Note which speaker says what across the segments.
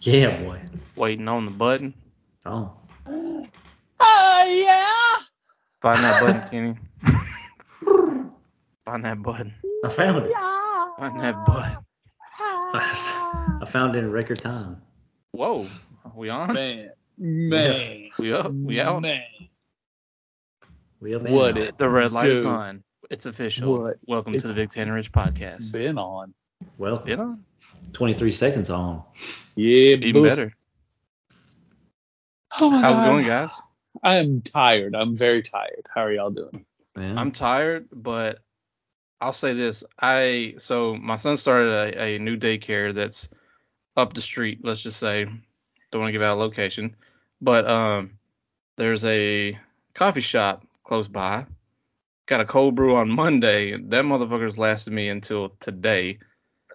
Speaker 1: Yeah, boy.
Speaker 2: waiting on the button.
Speaker 1: Oh.
Speaker 3: Oh
Speaker 2: Find that button, Kenny. Find that button.
Speaker 1: I found
Speaker 3: yeah,
Speaker 1: it.
Speaker 3: yeah.
Speaker 2: Find that button.
Speaker 1: I found it in record time.
Speaker 2: Whoa. Are we on?
Speaker 3: Man, man,
Speaker 2: We up? We out?
Speaker 3: man.
Speaker 1: We have
Speaker 3: What it-
Speaker 2: The red light is
Speaker 3: Dude.
Speaker 2: on. It's official.
Speaker 3: What?
Speaker 2: Welcome
Speaker 3: It's-
Speaker 2: to the Big Ten Ridge podcast.
Speaker 3: Been on.
Speaker 1: Well,
Speaker 2: Been on?
Speaker 1: 23 seconds on.
Speaker 3: Yeah,
Speaker 2: Even better.
Speaker 3: Oh my
Speaker 2: How's
Speaker 3: God.
Speaker 2: it going, guys?
Speaker 3: I am tired. I'm very tired. How are y'all doing?
Speaker 1: Man.
Speaker 3: Mm.
Speaker 2: I'm tired, but I'll say this. I so my son started a, a new daycare that's up the street, let's just say. Don't want to give out a location. But um there's a coffee shop close by. Got a cold brew on Monday. That motherfucker's lasted me until today.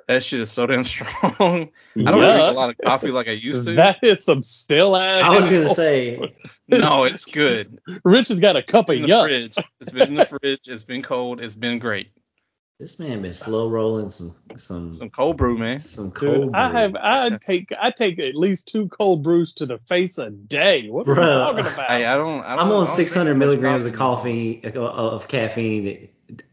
Speaker 2: That shit is so damn strong. I don't drink a lot of coffee like I used to.
Speaker 3: That is some still ass.
Speaker 1: I was going to say,
Speaker 2: no, it's good.
Speaker 3: Rich has got a cup of
Speaker 2: in the
Speaker 3: yuck.
Speaker 2: fridge. It's been in the fridge. It's been cold. It's been great.
Speaker 1: this man been slow rolling some some
Speaker 2: Some cold brew, man.
Speaker 1: some cold.
Speaker 3: Dude, I
Speaker 1: brew.
Speaker 3: have I take I take at least two cold brews to the face a day. What are you
Speaker 1: Bruh.
Speaker 3: talking about?
Speaker 2: Hey, I don't. I
Speaker 1: I'm
Speaker 2: don't I don't
Speaker 1: on
Speaker 2: drink
Speaker 1: 600
Speaker 2: much
Speaker 1: milligrams of coffee uh, of caffeine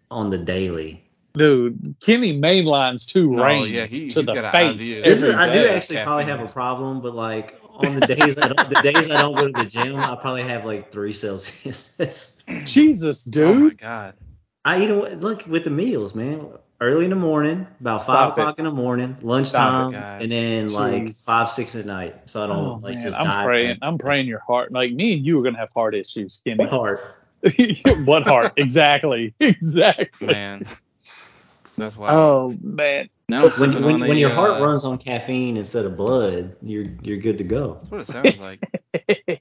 Speaker 1: on the daily.
Speaker 3: Dude, Kenny mainlines two
Speaker 2: No,
Speaker 3: reigns
Speaker 2: Oh, yeah, he-
Speaker 3: to
Speaker 2: he's
Speaker 3: the
Speaker 2: got
Speaker 3: face.
Speaker 2: ideas.
Speaker 1: This
Speaker 3: every
Speaker 1: is, I do
Speaker 3: day.
Speaker 1: actually probably have
Speaker 2: caffeine.
Speaker 1: a problem, but like on the days I don't, the days I don't go to the gym, I probably have like three Celsius.
Speaker 3: Jesus,
Speaker 2: Oh my
Speaker 3: dude.
Speaker 2: god.
Speaker 1: I eat away, look with the meals, man. Early in the morning, about
Speaker 3: Stop
Speaker 1: five
Speaker 3: it.
Speaker 1: o'clock in the morning,
Speaker 2: Stop
Speaker 1: lunchtime,
Speaker 2: it, guys.
Speaker 1: and then like
Speaker 3: Jeez.
Speaker 1: five six at night. So I don't
Speaker 3: Oh,
Speaker 1: like
Speaker 3: man,
Speaker 1: just die
Speaker 3: I'm
Speaker 1: from
Speaker 3: praying. I'm praying your heart. Like me and you are gonna have heart issues, Kenny.
Speaker 1: heart.
Speaker 3: what heart? exactly. Exactly.
Speaker 2: Man. That's why.
Speaker 3: Oh man.
Speaker 2: now I'm
Speaker 1: When
Speaker 2: sipping
Speaker 1: when,
Speaker 2: on a,
Speaker 1: when your heart
Speaker 2: uh,
Speaker 1: runs on caffeine instead of blood, you're you're good to go.
Speaker 2: That's what it sounds like.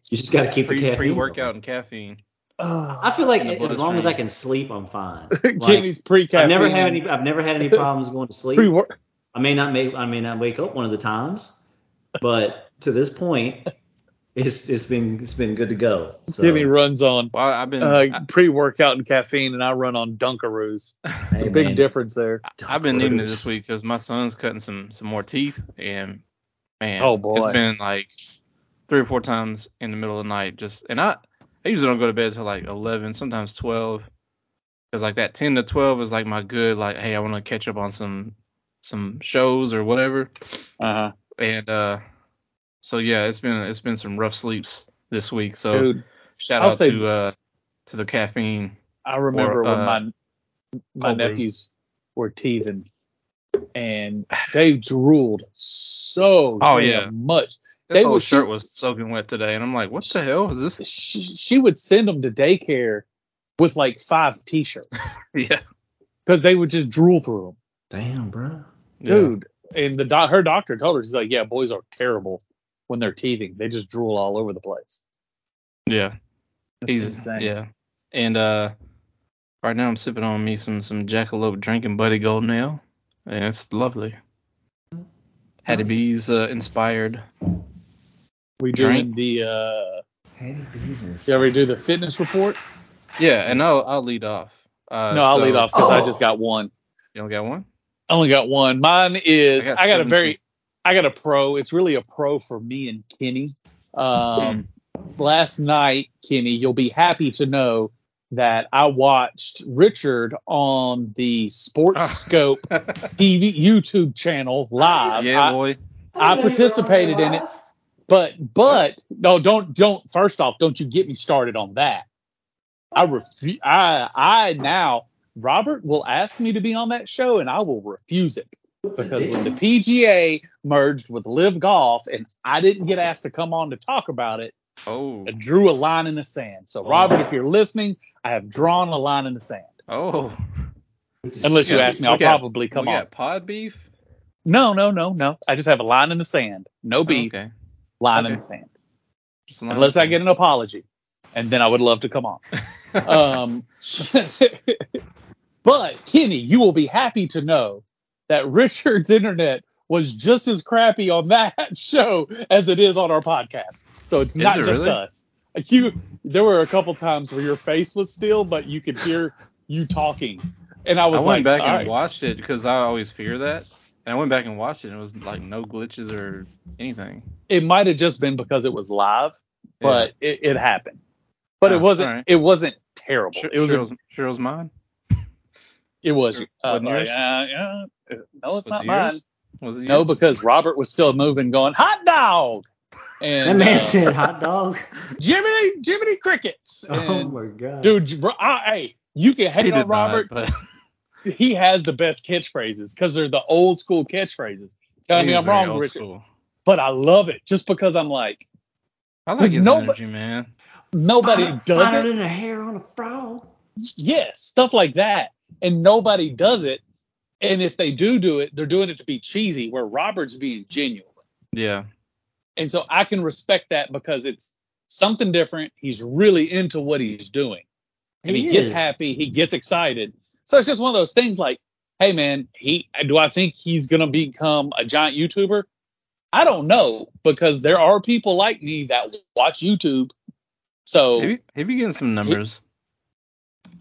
Speaker 1: You just got to keep the
Speaker 2: Pre
Speaker 1: caffeine.
Speaker 2: pre workout and caffeine.
Speaker 3: Ah,
Speaker 1: I feel like
Speaker 2: in the
Speaker 1: as long as I
Speaker 2: bloodstream.
Speaker 1: can sleep, I'm fine. Like,
Speaker 3: Kenny's pre
Speaker 1: I've never had any. I've never had any problems going to sleep.
Speaker 3: pre work.
Speaker 1: I may not make I may not wake up one of the times, but to this point, it's it's been it's been good to go. So,
Speaker 3: Kenny runs on
Speaker 2: Well, I've been.
Speaker 3: uh, pre workout and caffeine, and I run on Dunkaroos.
Speaker 2: I,
Speaker 3: It's a big difference there.
Speaker 2: I've been needing it this week because my son's cutting some some more teeth, and man,
Speaker 3: Oh, boy.
Speaker 2: it's been like three or four times in the middle of the night. Just and I I usually don't go to bed till like eleven, sometimes twelve, because like that ten to twelve is like my good like hey I want to catch up on some some shows or whatever,
Speaker 3: Uh-huh.
Speaker 2: and uh so yeah it's been it's been some rough sleeps this week. So
Speaker 3: Dude,
Speaker 2: shout
Speaker 3: I'll
Speaker 2: out
Speaker 3: say-
Speaker 2: to uh to the caffeine.
Speaker 3: I remember
Speaker 2: Or,
Speaker 3: when
Speaker 2: uh,
Speaker 3: my my
Speaker 2: cold brew.
Speaker 3: nephews were teething, and they drooled so
Speaker 2: Oh,
Speaker 3: damn
Speaker 2: yeah.
Speaker 3: much.
Speaker 2: This
Speaker 3: They
Speaker 2: whole
Speaker 3: would-
Speaker 2: shirt was soaking wet today, and I'm like, what the hell is this?
Speaker 3: She, she would send them to daycare with like five t-shirts
Speaker 2: yeah,
Speaker 3: because they would just drool through them.
Speaker 1: Damn, bro.
Speaker 3: dude. And the doc, her doctor told her she's like, yeah, boys are terrible when they're teething. They just drool all over the place.
Speaker 2: yeah.
Speaker 3: That's
Speaker 2: He's
Speaker 3: insane.
Speaker 2: yeah. And uh right now I'm sipping on me some some jackalope drinking buddy golden ale. And it's lovely. Hattie
Speaker 1: Nice.
Speaker 2: B's uh, inspired.
Speaker 3: We doing
Speaker 2: Drink.
Speaker 3: the uh,
Speaker 1: Hattie Beezus.
Speaker 3: yeah, we do the fitness report.
Speaker 2: Yeah, and I'll I'll lead off. Uh,
Speaker 3: no, I'll
Speaker 2: so-
Speaker 3: lead off because I
Speaker 1: Oh.
Speaker 3: just got one.
Speaker 2: You only got one?
Speaker 3: I only got one. Mine is I
Speaker 2: I
Speaker 3: got,
Speaker 2: got 17.
Speaker 3: a very I got a pro. It's really a pro for me and Kenny. Um, last night, Kenny, you'll be happy to know that I watched Richard on the Sports
Speaker 2: Ah.
Speaker 3: Scope TV YouTube channel live.
Speaker 2: yeah,
Speaker 3: I-
Speaker 2: boy.
Speaker 3: I participated in it, but but no, don't don't. First off, don't you get me started on that. I refu- I I now Robert will ask me to be on that show, and I will refuse it because when the PGA merged with Live Golf, and I didn't get asked to come on to talk about it,
Speaker 2: Oh.
Speaker 3: I drew a line in the sand. So Robert, if you're listening, I have drawn a line in the sand.
Speaker 2: Oh.
Speaker 3: Unless you
Speaker 2: Yeah,
Speaker 3: ask me,
Speaker 2: we
Speaker 3: I'll
Speaker 2: got-
Speaker 3: probably
Speaker 2: Come
Speaker 3: come
Speaker 2: we
Speaker 3: on.
Speaker 2: got pod beef?
Speaker 3: No, no, no, no. I just have a line in the sand. No beef,
Speaker 2: Okay.
Speaker 3: line in
Speaker 2: okay.
Speaker 3: the sand.
Speaker 2: Just a line
Speaker 3: unless I
Speaker 2: of-
Speaker 3: get an apology, and then I would love to come on. Um, but Kenny, you will be happy to know that Richard's internet was just as crappy on that show as it is on our podcast. So it's
Speaker 2: Is
Speaker 3: not
Speaker 2: it
Speaker 3: just
Speaker 2: really?
Speaker 3: us. You, there were a couple times where your face was still, but you could hear you talking, and I
Speaker 2: I
Speaker 3: was
Speaker 2: went
Speaker 3: like,
Speaker 2: back
Speaker 3: "All
Speaker 2: and
Speaker 3: right."
Speaker 2: watched it because I always fear that. And And I went back and watched it, and it was like no glitches or anything.
Speaker 3: It might have just been because it was live, but it, it happened. But
Speaker 2: Ah,
Speaker 3: it wasn't.
Speaker 2: alright.
Speaker 3: It wasn't terrible.
Speaker 2: Sh-
Speaker 3: it was. a-
Speaker 2: Cheryl's, Cheryl's mine.
Speaker 3: it was.
Speaker 2: sure-
Speaker 3: Uh,
Speaker 2: wasn't yours?
Speaker 3: like, uh, yeah, uh, no, it's
Speaker 2: Was
Speaker 3: not
Speaker 2: it
Speaker 3: mine.
Speaker 2: yours? Was it
Speaker 3: No,
Speaker 2: yours?
Speaker 3: because Robert was still moving, going hot dog,
Speaker 1: That
Speaker 3: and
Speaker 1: man
Speaker 3: uh,
Speaker 1: said hot dog.
Speaker 3: Jiminy Jiminy crickets.
Speaker 1: Oh
Speaker 3: And,
Speaker 1: my god.
Speaker 3: dude, j- bro, I, hey, you can
Speaker 2: He
Speaker 3: hate
Speaker 2: did
Speaker 3: on
Speaker 2: not,
Speaker 3: Robert.
Speaker 2: but
Speaker 3: he has the best catchphrases because they're the old school catchphrases. Tell
Speaker 2: he
Speaker 3: me
Speaker 2: was
Speaker 3: I'm
Speaker 2: very
Speaker 3: wrong,
Speaker 2: old
Speaker 3: Richard,
Speaker 2: school.
Speaker 3: but I love it just because I'm like
Speaker 2: I like
Speaker 3: There's
Speaker 2: his
Speaker 3: nobo-
Speaker 2: energy, man.
Speaker 3: nobody
Speaker 1: Finer-
Speaker 3: does
Speaker 1: finer
Speaker 3: it.
Speaker 1: than a hair on a frog.
Speaker 3: Yeah, stuff like that, and nobody does it. And if they do do it, they're doing it to be cheesy, where Robert's being genuine.
Speaker 2: Yeah,
Speaker 3: And so I can respect that because it's something different. He's really into what he's doing. and he, gets
Speaker 1: is.
Speaker 3: happy, he gets excited. So it's just one of those things like, hey man, he do I think he's gonna become a giant YouTuber? I don't know because there are people like me that watch YouTube. So
Speaker 2: he be, he be getting some numbers.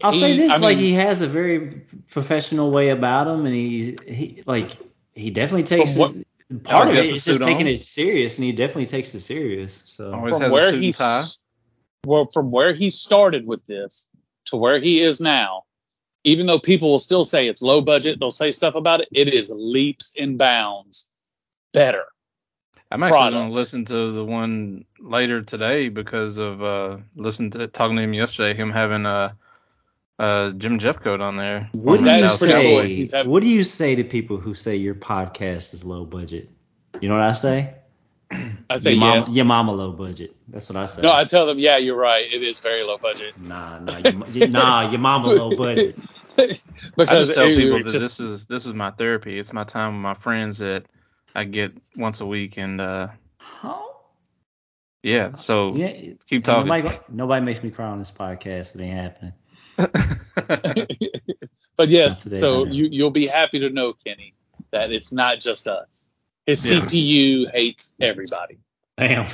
Speaker 1: I'll say
Speaker 3: he-
Speaker 1: this:
Speaker 3: I
Speaker 1: like
Speaker 3: mean-
Speaker 1: he has a very professional way about him, and he he like he definitely takes
Speaker 3: what-
Speaker 1: his, part
Speaker 2: Always
Speaker 1: of
Speaker 2: has
Speaker 1: it.
Speaker 2: a
Speaker 1: It's just
Speaker 2: suit
Speaker 1: taking
Speaker 2: on.
Speaker 1: it serious, and he definitely takes it serious. So
Speaker 2: Always
Speaker 3: from
Speaker 2: has a
Speaker 3: where
Speaker 2: suit and
Speaker 3: he
Speaker 2: tie.
Speaker 3: s- well, from where he started with this to where he is now, even though people will still say it's low budget, they'll say stuff about it, it is leaps and bounds better.
Speaker 2: I'm actually going
Speaker 3: product.
Speaker 2: to listen to the one later today because of uh listen to talking to him yesterday. Him having uh, uh Jim Jeffcoat on there.
Speaker 1: what do
Speaker 3: That
Speaker 1: you
Speaker 3: is pretty cool.
Speaker 1: say?
Speaker 3: He's having-
Speaker 1: What do you say to people who say your podcast is low budget? You know what I say?
Speaker 3: I say
Speaker 1: your, mama,
Speaker 3: yes.
Speaker 1: your mama low budget. That's what I say.
Speaker 3: no, I tell them, yeah, you're right. It is very low budget.
Speaker 1: nah, nah, your, ma- nah, your mama low budget.
Speaker 2: I
Speaker 3: because
Speaker 2: just tell
Speaker 3: it-
Speaker 2: people
Speaker 3: it
Speaker 2: that
Speaker 3: just-
Speaker 2: this is this is my therapy. It's my time with my friends that I get once a week, and uh
Speaker 1: Huh?
Speaker 2: yeah. So
Speaker 1: Yeah.
Speaker 2: keep
Speaker 1: ain't
Speaker 2: talking.
Speaker 1: Nobody, nobody makes me cry on this podcast. It ain't happening.
Speaker 3: but yes,
Speaker 1: Not today,
Speaker 3: so
Speaker 1: no.
Speaker 3: you you'll be happy to know, Kenny, that it's not just us. His
Speaker 2: Yeah.
Speaker 3: CPU hates everybody.
Speaker 1: Damn.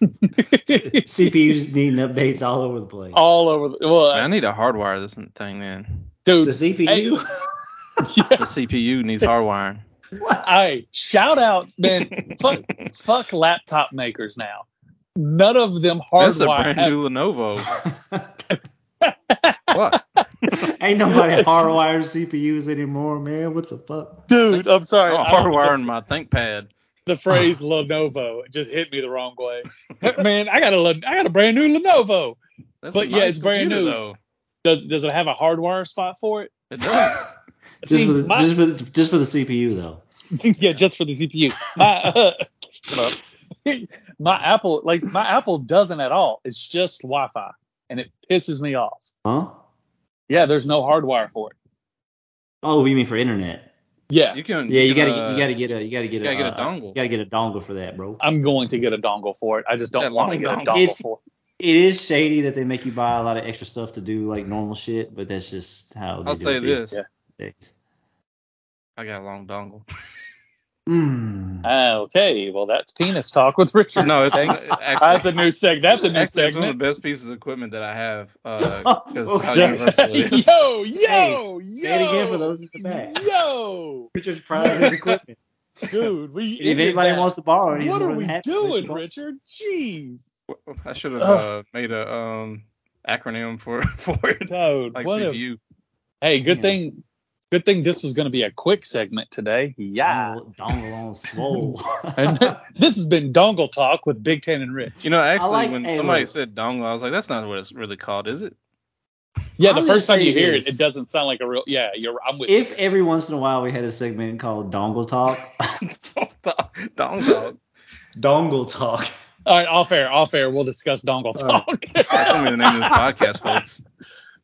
Speaker 1: CPUs needing updates all over the place.
Speaker 3: All over the well,
Speaker 2: Man, I need to hardwire this thing then.
Speaker 1: the
Speaker 3: dude.
Speaker 1: CPU.
Speaker 2: The
Speaker 3: Yeah,
Speaker 2: CPU needs hardwiring.
Speaker 1: what?
Speaker 3: I shout out, man. fuck, fuck laptop makers now. None of them
Speaker 2: That's a brand
Speaker 3: hardwire.
Speaker 2: new Lenovo. What?
Speaker 1: Ain't nobody hardwiring CPUs anymore, man. What the fuck?
Speaker 3: Dude, I'm sorry.
Speaker 2: Oh,
Speaker 3: I don't-
Speaker 2: hardwiring my ThinkPad.
Speaker 3: the phrase Lenovo just hit me the wrong way. man, I got a Le- I got a brand new Lenovo.
Speaker 2: That's
Speaker 3: But
Speaker 2: a
Speaker 3: yeah,
Speaker 2: nice
Speaker 3: it's brand
Speaker 2: computer,
Speaker 3: new.
Speaker 2: Though.
Speaker 3: Does does it have a hardwire spot for it?
Speaker 2: It does.
Speaker 1: Just
Speaker 3: See,
Speaker 1: for, the,
Speaker 3: my-
Speaker 1: just, for the, just for the CPU though.
Speaker 3: yeah, just for the CPU. My, uh, shut up. my Apple, like my Apple doesn't at all. It's just Wi-Fi, and it pisses me off.
Speaker 1: Huh?
Speaker 3: Yeah, there's no hardwire for it.
Speaker 1: Oh, you mean for internet?
Speaker 3: Yeah,
Speaker 2: You can.
Speaker 1: Yeah, you gotta
Speaker 2: can, uh,
Speaker 1: you gotta get a you gotta get
Speaker 2: you
Speaker 1: a,
Speaker 2: gotta get a
Speaker 1: uh,
Speaker 2: dongle.
Speaker 1: You gotta get a dongle for that, bro.
Speaker 3: I'm going to get a dongle for it. I just
Speaker 2: That
Speaker 3: don't want to
Speaker 2: long
Speaker 3: get a
Speaker 2: dongle.
Speaker 3: dongle
Speaker 1: It's-
Speaker 3: for it.
Speaker 1: It is shady that they make you buy a lot of extra stuff to do like normal shit, but that's just how they
Speaker 2: I'll
Speaker 1: do
Speaker 2: say
Speaker 1: it
Speaker 2: this.
Speaker 3: Yeah.
Speaker 1: these days.
Speaker 2: I got a long dongle.
Speaker 1: Mm.
Speaker 3: Ah, Okay, well that's penis talk with Richard.
Speaker 2: No, it's
Speaker 3: Thanks.
Speaker 2: actually,
Speaker 3: that's a new seg. That's a new
Speaker 2: actually, it's one of
Speaker 3: segment.
Speaker 2: the best pieces of equipment that I have because Uh, how
Speaker 1: Yeah.
Speaker 2: universal it is.
Speaker 3: yo, yo, yo.
Speaker 1: Say it again for those in the back.
Speaker 3: Yo,
Speaker 1: Richard's proud of his equipment.
Speaker 3: dude, we.
Speaker 1: And if anybody wants to borrow it, he's
Speaker 3: what
Speaker 1: more
Speaker 3: are
Speaker 1: than
Speaker 3: we
Speaker 1: happy to let you
Speaker 3: doing,
Speaker 1: borrow it.
Speaker 3: Richard? Jeez.
Speaker 2: I should have
Speaker 3: Ugh.
Speaker 2: uh, made a um acronym for for it.
Speaker 3: Toad,
Speaker 2: Like
Speaker 3: what a-
Speaker 2: CPU.
Speaker 3: hey, good
Speaker 1: Yeah.
Speaker 3: thing, good thing this was going to be a quick segment today. Yeah,
Speaker 1: Dongle, dongle on swole.
Speaker 3: and this has been Dongle Talk with Big Ten and Rich.
Speaker 2: You know, actually,
Speaker 1: like
Speaker 2: when
Speaker 1: a-
Speaker 2: somebody said dongle, I was like, that's not what it's really called, is it?
Speaker 3: Yeah,
Speaker 1: I'm
Speaker 3: the
Speaker 1: gonna
Speaker 3: first time
Speaker 1: say
Speaker 3: you hear it,
Speaker 1: this.
Speaker 3: it doesn't sound like a real. Yeah, you're. I'm with.
Speaker 1: if every once in a while we had a segment called Dongle Talk.
Speaker 2: dongle.
Speaker 1: dongle Talk.
Speaker 3: you. All right, off air, off air, we'll discuss Dongle
Speaker 1: All right.
Speaker 3: Talk.
Speaker 2: That's gonna be the name of this podcast, folks.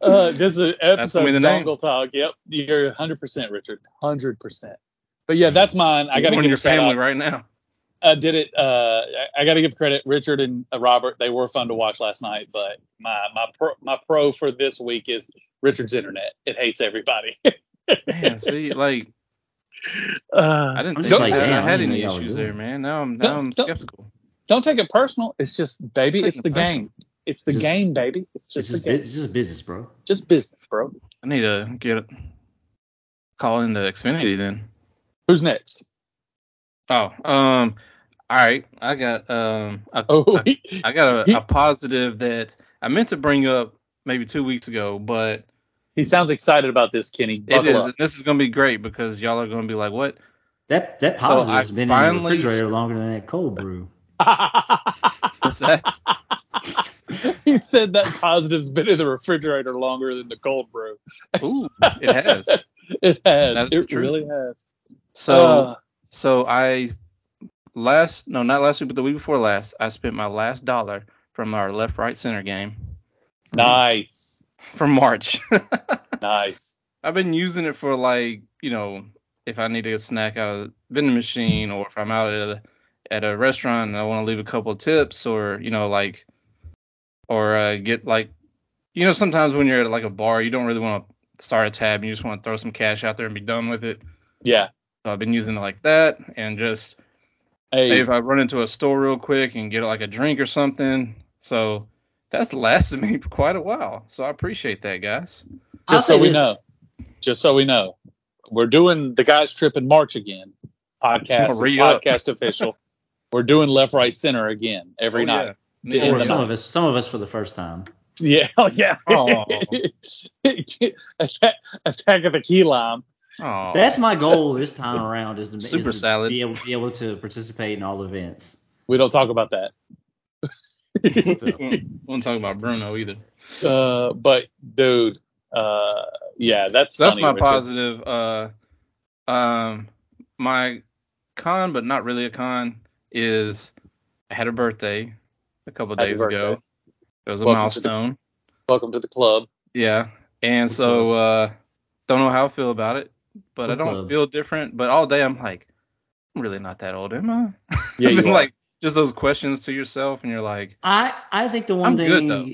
Speaker 3: Uh, this is episode
Speaker 2: gonna be the name.
Speaker 3: Dongle Talk. Yep, you're 100% Richard, 100%. But yeah, that's mine. I gotta
Speaker 2: Warn
Speaker 3: give
Speaker 2: your
Speaker 3: a shout
Speaker 2: family
Speaker 3: out.
Speaker 2: right now.
Speaker 3: I did it. Uh, I, I got to give credit, Richard and uh, Robert. They were fun to watch last night, but my my pro, my pro for this week is Richard's internet. It hates everybody.
Speaker 2: Man, see, like I
Speaker 3: uh,
Speaker 2: didn't
Speaker 1: I'm
Speaker 2: think
Speaker 3: just
Speaker 2: I,
Speaker 3: like,
Speaker 2: I
Speaker 3: damn,
Speaker 1: I
Speaker 2: had
Speaker 1: didn't
Speaker 2: any
Speaker 1: know y'all were
Speaker 2: issues
Speaker 1: doing
Speaker 2: there,
Speaker 1: it.
Speaker 2: man. Now I'm now
Speaker 3: Don't-
Speaker 2: I'm
Speaker 3: don't-
Speaker 2: skeptical.
Speaker 3: don't take it personal. It's just baby.
Speaker 2: Taking
Speaker 3: It's
Speaker 2: it
Speaker 3: the
Speaker 2: personal.
Speaker 3: game. It's the
Speaker 1: Just-
Speaker 3: game, baby. It's
Speaker 1: It's
Speaker 3: just the
Speaker 1: just,
Speaker 3: game.
Speaker 1: bu- it's just business, bro.
Speaker 3: Just business, bro.
Speaker 2: I need to get a call into Xfinity then.
Speaker 3: Who's next?
Speaker 2: Oh, um, all right. I got um, a,
Speaker 3: Oh,
Speaker 2: a- I got
Speaker 3: he-
Speaker 2: a, a positive that I meant to bring up maybe two weeks ago, but
Speaker 3: he sounds excited about this, Kenny.
Speaker 2: it
Speaker 3: Buckle
Speaker 2: is.
Speaker 3: up.
Speaker 2: and This is gonna be great because y'all are gonna be like, what?
Speaker 1: That that
Speaker 2: So
Speaker 1: positive has
Speaker 2: I
Speaker 1: been in the
Speaker 2: finally-
Speaker 1: refrigerator longer than that cold brew.
Speaker 2: What's that?
Speaker 3: he said that positive's been in the refrigerator longer than the cold brew.
Speaker 2: Ooh, it has.
Speaker 3: It has.
Speaker 2: That's
Speaker 3: it
Speaker 2: true.
Speaker 3: really has.
Speaker 2: So.
Speaker 3: Uh,
Speaker 2: So I last no not last week but the week before last I spent my last dollar from our left right center game
Speaker 3: nice,
Speaker 2: from March.
Speaker 3: nice.
Speaker 2: I've been using it for like you know if I need to get a snack out of the vending machine or if I'm out at a at a restaurant and I want to leave a couple of tips or you know like or uh, get like you know sometimes when you're at like a bar you don't really want to start a tab and you just want to throw some cash out there and be done with it.
Speaker 3: Yeah.
Speaker 2: So I've been using it like that and just
Speaker 3: Hey,
Speaker 2: Hey, if I run into a store real quick and get like a drink or something. So that's lasted me for quite a while. So I appreciate that, guys.
Speaker 1: I'll
Speaker 3: just
Speaker 1: say
Speaker 3: so we
Speaker 1: this-
Speaker 3: know, just so we know, we're doing the guys trip in March again. Podcast,
Speaker 2: Hurry
Speaker 3: it's
Speaker 2: up.
Speaker 3: podcast official. We're doing left, right, center again every
Speaker 2: Oh,
Speaker 3: night.
Speaker 2: yeah.
Speaker 3: To end
Speaker 1: Or
Speaker 3: the
Speaker 1: some
Speaker 3: month.
Speaker 1: of us, some of us for the first time.
Speaker 3: Yeah, oh, yeah.
Speaker 2: Aw.
Speaker 3: attack, attack of the key lime.
Speaker 2: Aw.
Speaker 1: That's my goal this time around is to, is
Speaker 2: Oh. Super
Speaker 1: to
Speaker 2: salad.
Speaker 1: be able, be able to participate in all events.
Speaker 3: We don't talk about that.
Speaker 1: So,
Speaker 2: we won't talk about Bruno either.
Speaker 3: Uh, but dude, uh, yeah, that's
Speaker 2: So that's
Speaker 3: funny,
Speaker 2: my
Speaker 3: Richard.
Speaker 2: positive. Uh, um, my con, but not really a con, is I had a birthday a couple
Speaker 3: Happy
Speaker 2: days
Speaker 3: birthday.
Speaker 2: ago. It was a
Speaker 3: Welcome to the-
Speaker 2: milestone.
Speaker 3: Welcome to the club.
Speaker 2: Yeah. And so uh don't know how I feel about it, but I
Speaker 1: Good
Speaker 2: don't
Speaker 1: club.
Speaker 2: feel different. But all day I'm like, I'm really not that old, am I?
Speaker 3: Yeah,
Speaker 2: I
Speaker 3: you
Speaker 2: mean,
Speaker 3: are.
Speaker 2: like just those questions to yourself and you're like,
Speaker 1: I I think the one
Speaker 2: I'm good,
Speaker 1: thing
Speaker 2: though.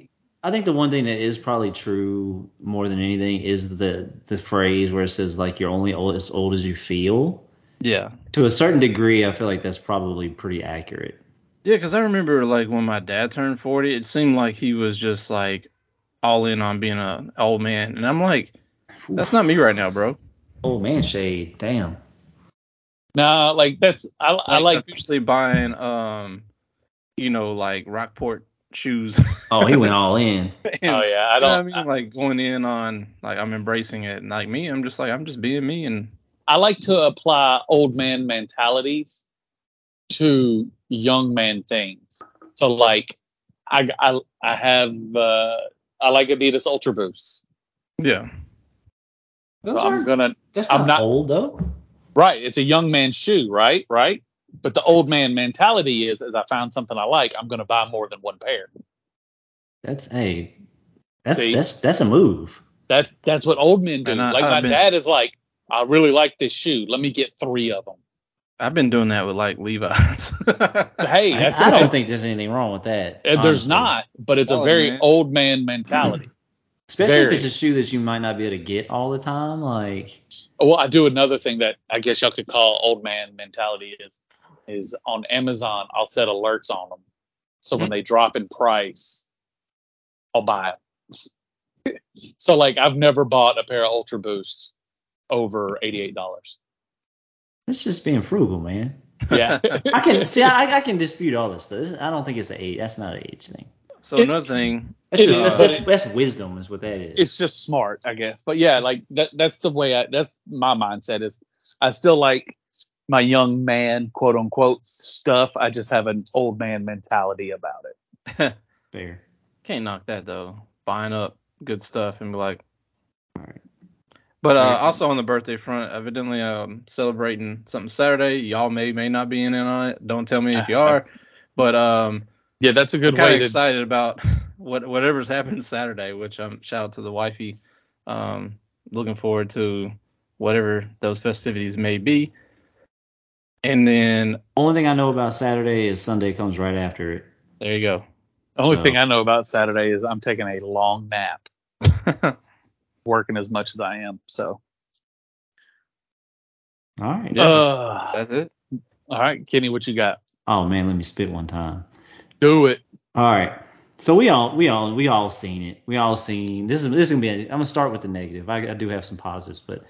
Speaker 1: I think the one thing that is probably true more than anything is the the phrase where it says like you're only old, as old as you feel.
Speaker 2: Yeah.
Speaker 1: To a certain degree, I feel like that's probably pretty accurate.
Speaker 2: Yeah, because I remember like when my dad turned forty, it seemed like he was just like all in on being an old man. And I'm like, that's not me right now, bro.
Speaker 1: Oh man, shade, damn.
Speaker 3: Nah, like that's I, I like
Speaker 2: officially buying um you know, like Rockport shoes.
Speaker 1: Oh, he went all in.
Speaker 3: Oh yeah, I
Speaker 2: You know
Speaker 3: don't.
Speaker 2: what I mean, like going in on like I'm embracing it, and like me, I'm just like I'm just being me, and
Speaker 3: I, I like to apply old man mentalities to young man things. So like, I I, I have uh, I like Adidas Ultra Boosts.
Speaker 2: yeah,
Speaker 1: Those
Speaker 3: so I'm
Speaker 1: aren't-
Speaker 3: gonna
Speaker 1: that's
Speaker 3: I'm
Speaker 1: not,
Speaker 3: not-
Speaker 1: old though.
Speaker 3: right. It's a young man's shoe, right? Right. But the old man mentality is, is I found something I like, I'm gonna buy more than one pair.
Speaker 1: That's hey, that's
Speaker 3: See?
Speaker 1: that's that's a move.
Speaker 3: That's that's what old men do.
Speaker 2: And I-
Speaker 3: like
Speaker 2: I've
Speaker 3: my
Speaker 2: been-
Speaker 3: dad is like, I really like this shoe. Let me get three of them.
Speaker 2: I've been doing that with like Levi's.
Speaker 1: I-
Speaker 3: Hey, that's
Speaker 1: I,
Speaker 3: that's-
Speaker 1: don't think there's anything wrong with that.
Speaker 3: Uh,
Speaker 1: honestly.
Speaker 3: There's not, but it's a
Speaker 2: Oh,
Speaker 3: very
Speaker 2: man.
Speaker 3: old man mentality.
Speaker 1: especially
Speaker 3: very.
Speaker 1: if it's a shoe that you might not be able to get all the time. Like
Speaker 3: well, I do another thing that I guess y'all could call old man mentality is is on Amazon. I'll set alerts on them, so
Speaker 1: Hmm.
Speaker 3: when they drop in price, I'll buy them. so like I've never bought a pair of Ultra Boosts over eighty eight dollars.
Speaker 1: it's just being frugal, man.
Speaker 3: Yeah,
Speaker 1: I can see. I, I can dispute all this stuff. This, I don't think it's the age. That's not an age thing.
Speaker 2: so
Speaker 3: It's-
Speaker 2: another thing,
Speaker 1: That's,
Speaker 3: It
Speaker 1: just,
Speaker 2: is,
Speaker 1: that's,
Speaker 2: but
Speaker 1: that's, that's wisdom, is what that is.
Speaker 3: it's just smart, I guess. But yeah, like that that's the way I that's my mindset is I still like my young man quote unquote stuff. I just have an old man mentality about it.
Speaker 1: fair.
Speaker 2: can't knock that though. Buying up good stuff and be like,
Speaker 1: Alright.
Speaker 2: but uh,
Speaker 1: Alright.
Speaker 2: also on the birthday front, evidently um celebrating something Saturday. Y'all may may not be in on it. Don't tell me if you are, but um
Speaker 3: Yeah, that's a good
Speaker 2: kind
Speaker 3: way
Speaker 2: of
Speaker 3: to
Speaker 2: excited about what whatever's happened Saturday, which um shout out to the wifey. Um, looking forward to whatever those festivities may be. And then
Speaker 1: Only thing I know about Saturday is Sunday comes right after it.
Speaker 2: there you go.
Speaker 3: The only
Speaker 1: No.
Speaker 3: thing I know about Saturday is I'm taking a long nap, working as much as I am. So
Speaker 1: All right.
Speaker 2: Yeah.
Speaker 3: Uh,
Speaker 2: That's it.
Speaker 3: all right, Kenny, what you got?
Speaker 1: Oh man, let me spit one time.
Speaker 3: Do it.
Speaker 1: All right. So we all we all we all seen it. We all seen this is this is gonna be. i am I'm gonna start with the negative. I, I do have some positives, but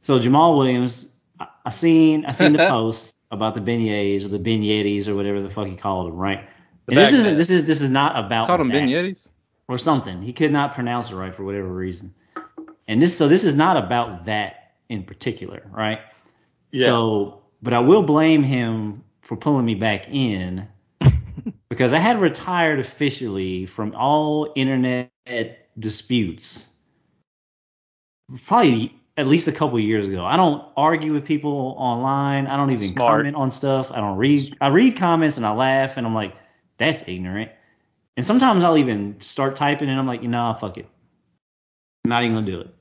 Speaker 1: so Jamal Williams, I, I seen I seen the post. about the beignets or the beignettis or whatever the fuck he called them, right?
Speaker 2: The
Speaker 1: And this
Speaker 2: bag-
Speaker 1: isn't this is this is not about
Speaker 2: Called them
Speaker 1: that
Speaker 2: beignettis.
Speaker 1: or something. He could not pronounce it right for whatever reason. And this so this is not about that in particular, right?
Speaker 3: Yeah.
Speaker 1: So, but I will blame him for pulling me back in because I had retired officially from all internet disputes probably at least a couple years ago. I don't argue with people online. I don't even
Speaker 3: Smart.
Speaker 1: comment on stuff. I don't read. I read comments and I laugh and I'm like, that's ignorant. And sometimes I'll even start typing and I'm like, nah, fuck it. I'm not even gonna do it.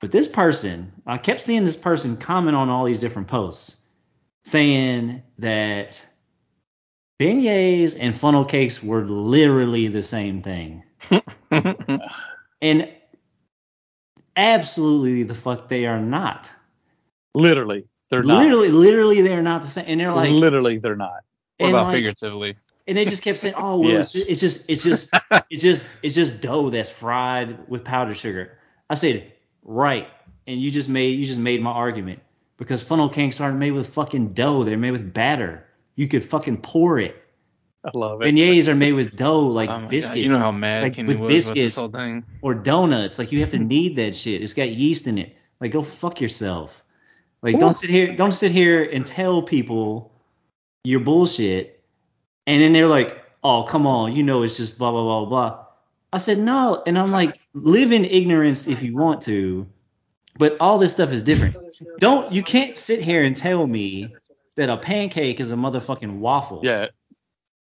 Speaker 1: But this person, I kept seeing this person comment on all these different posts saying that beignets and funnel cakes were literally the same thing. And absolutely the fuck they are not.
Speaker 3: literally, they're not.
Speaker 1: Literally, literally they're not the same. And they're like,
Speaker 3: literally, they're not.
Speaker 2: what
Speaker 1: and
Speaker 2: about
Speaker 1: like-
Speaker 2: figuratively?
Speaker 1: and they just kept saying, "Oh, well,
Speaker 3: Yes.
Speaker 1: it's, it's just, it's just, it's just, it's just dough that's fried with powdered sugar." I said, "Right," and you just made, you just made my argument because funnel cakes aren't made with fucking dough; they're made with batter. You could fucking pour it.
Speaker 3: I love it.
Speaker 1: Beignets are made with dough, like
Speaker 2: Oh my God,
Speaker 1: biscuits
Speaker 2: You know how mad
Speaker 1: Like,
Speaker 2: Kenny
Speaker 1: with
Speaker 2: was with
Speaker 1: biscuits.
Speaker 2: this whole thing.
Speaker 1: or donuts. Like you have to knead that shit. It's got yeast in it. Like go fuck yourself. Like don't sit here, don't sit here and tell people your bullshit. And then they're like, oh come on, you know it's just blah blah blah blah. I said no, and I'm like, live in ignorance if you want to, but all this stuff is different. Don't you can't sit here and tell me that a pancake is a motherfucking waffle
Speaker 3: Yeah.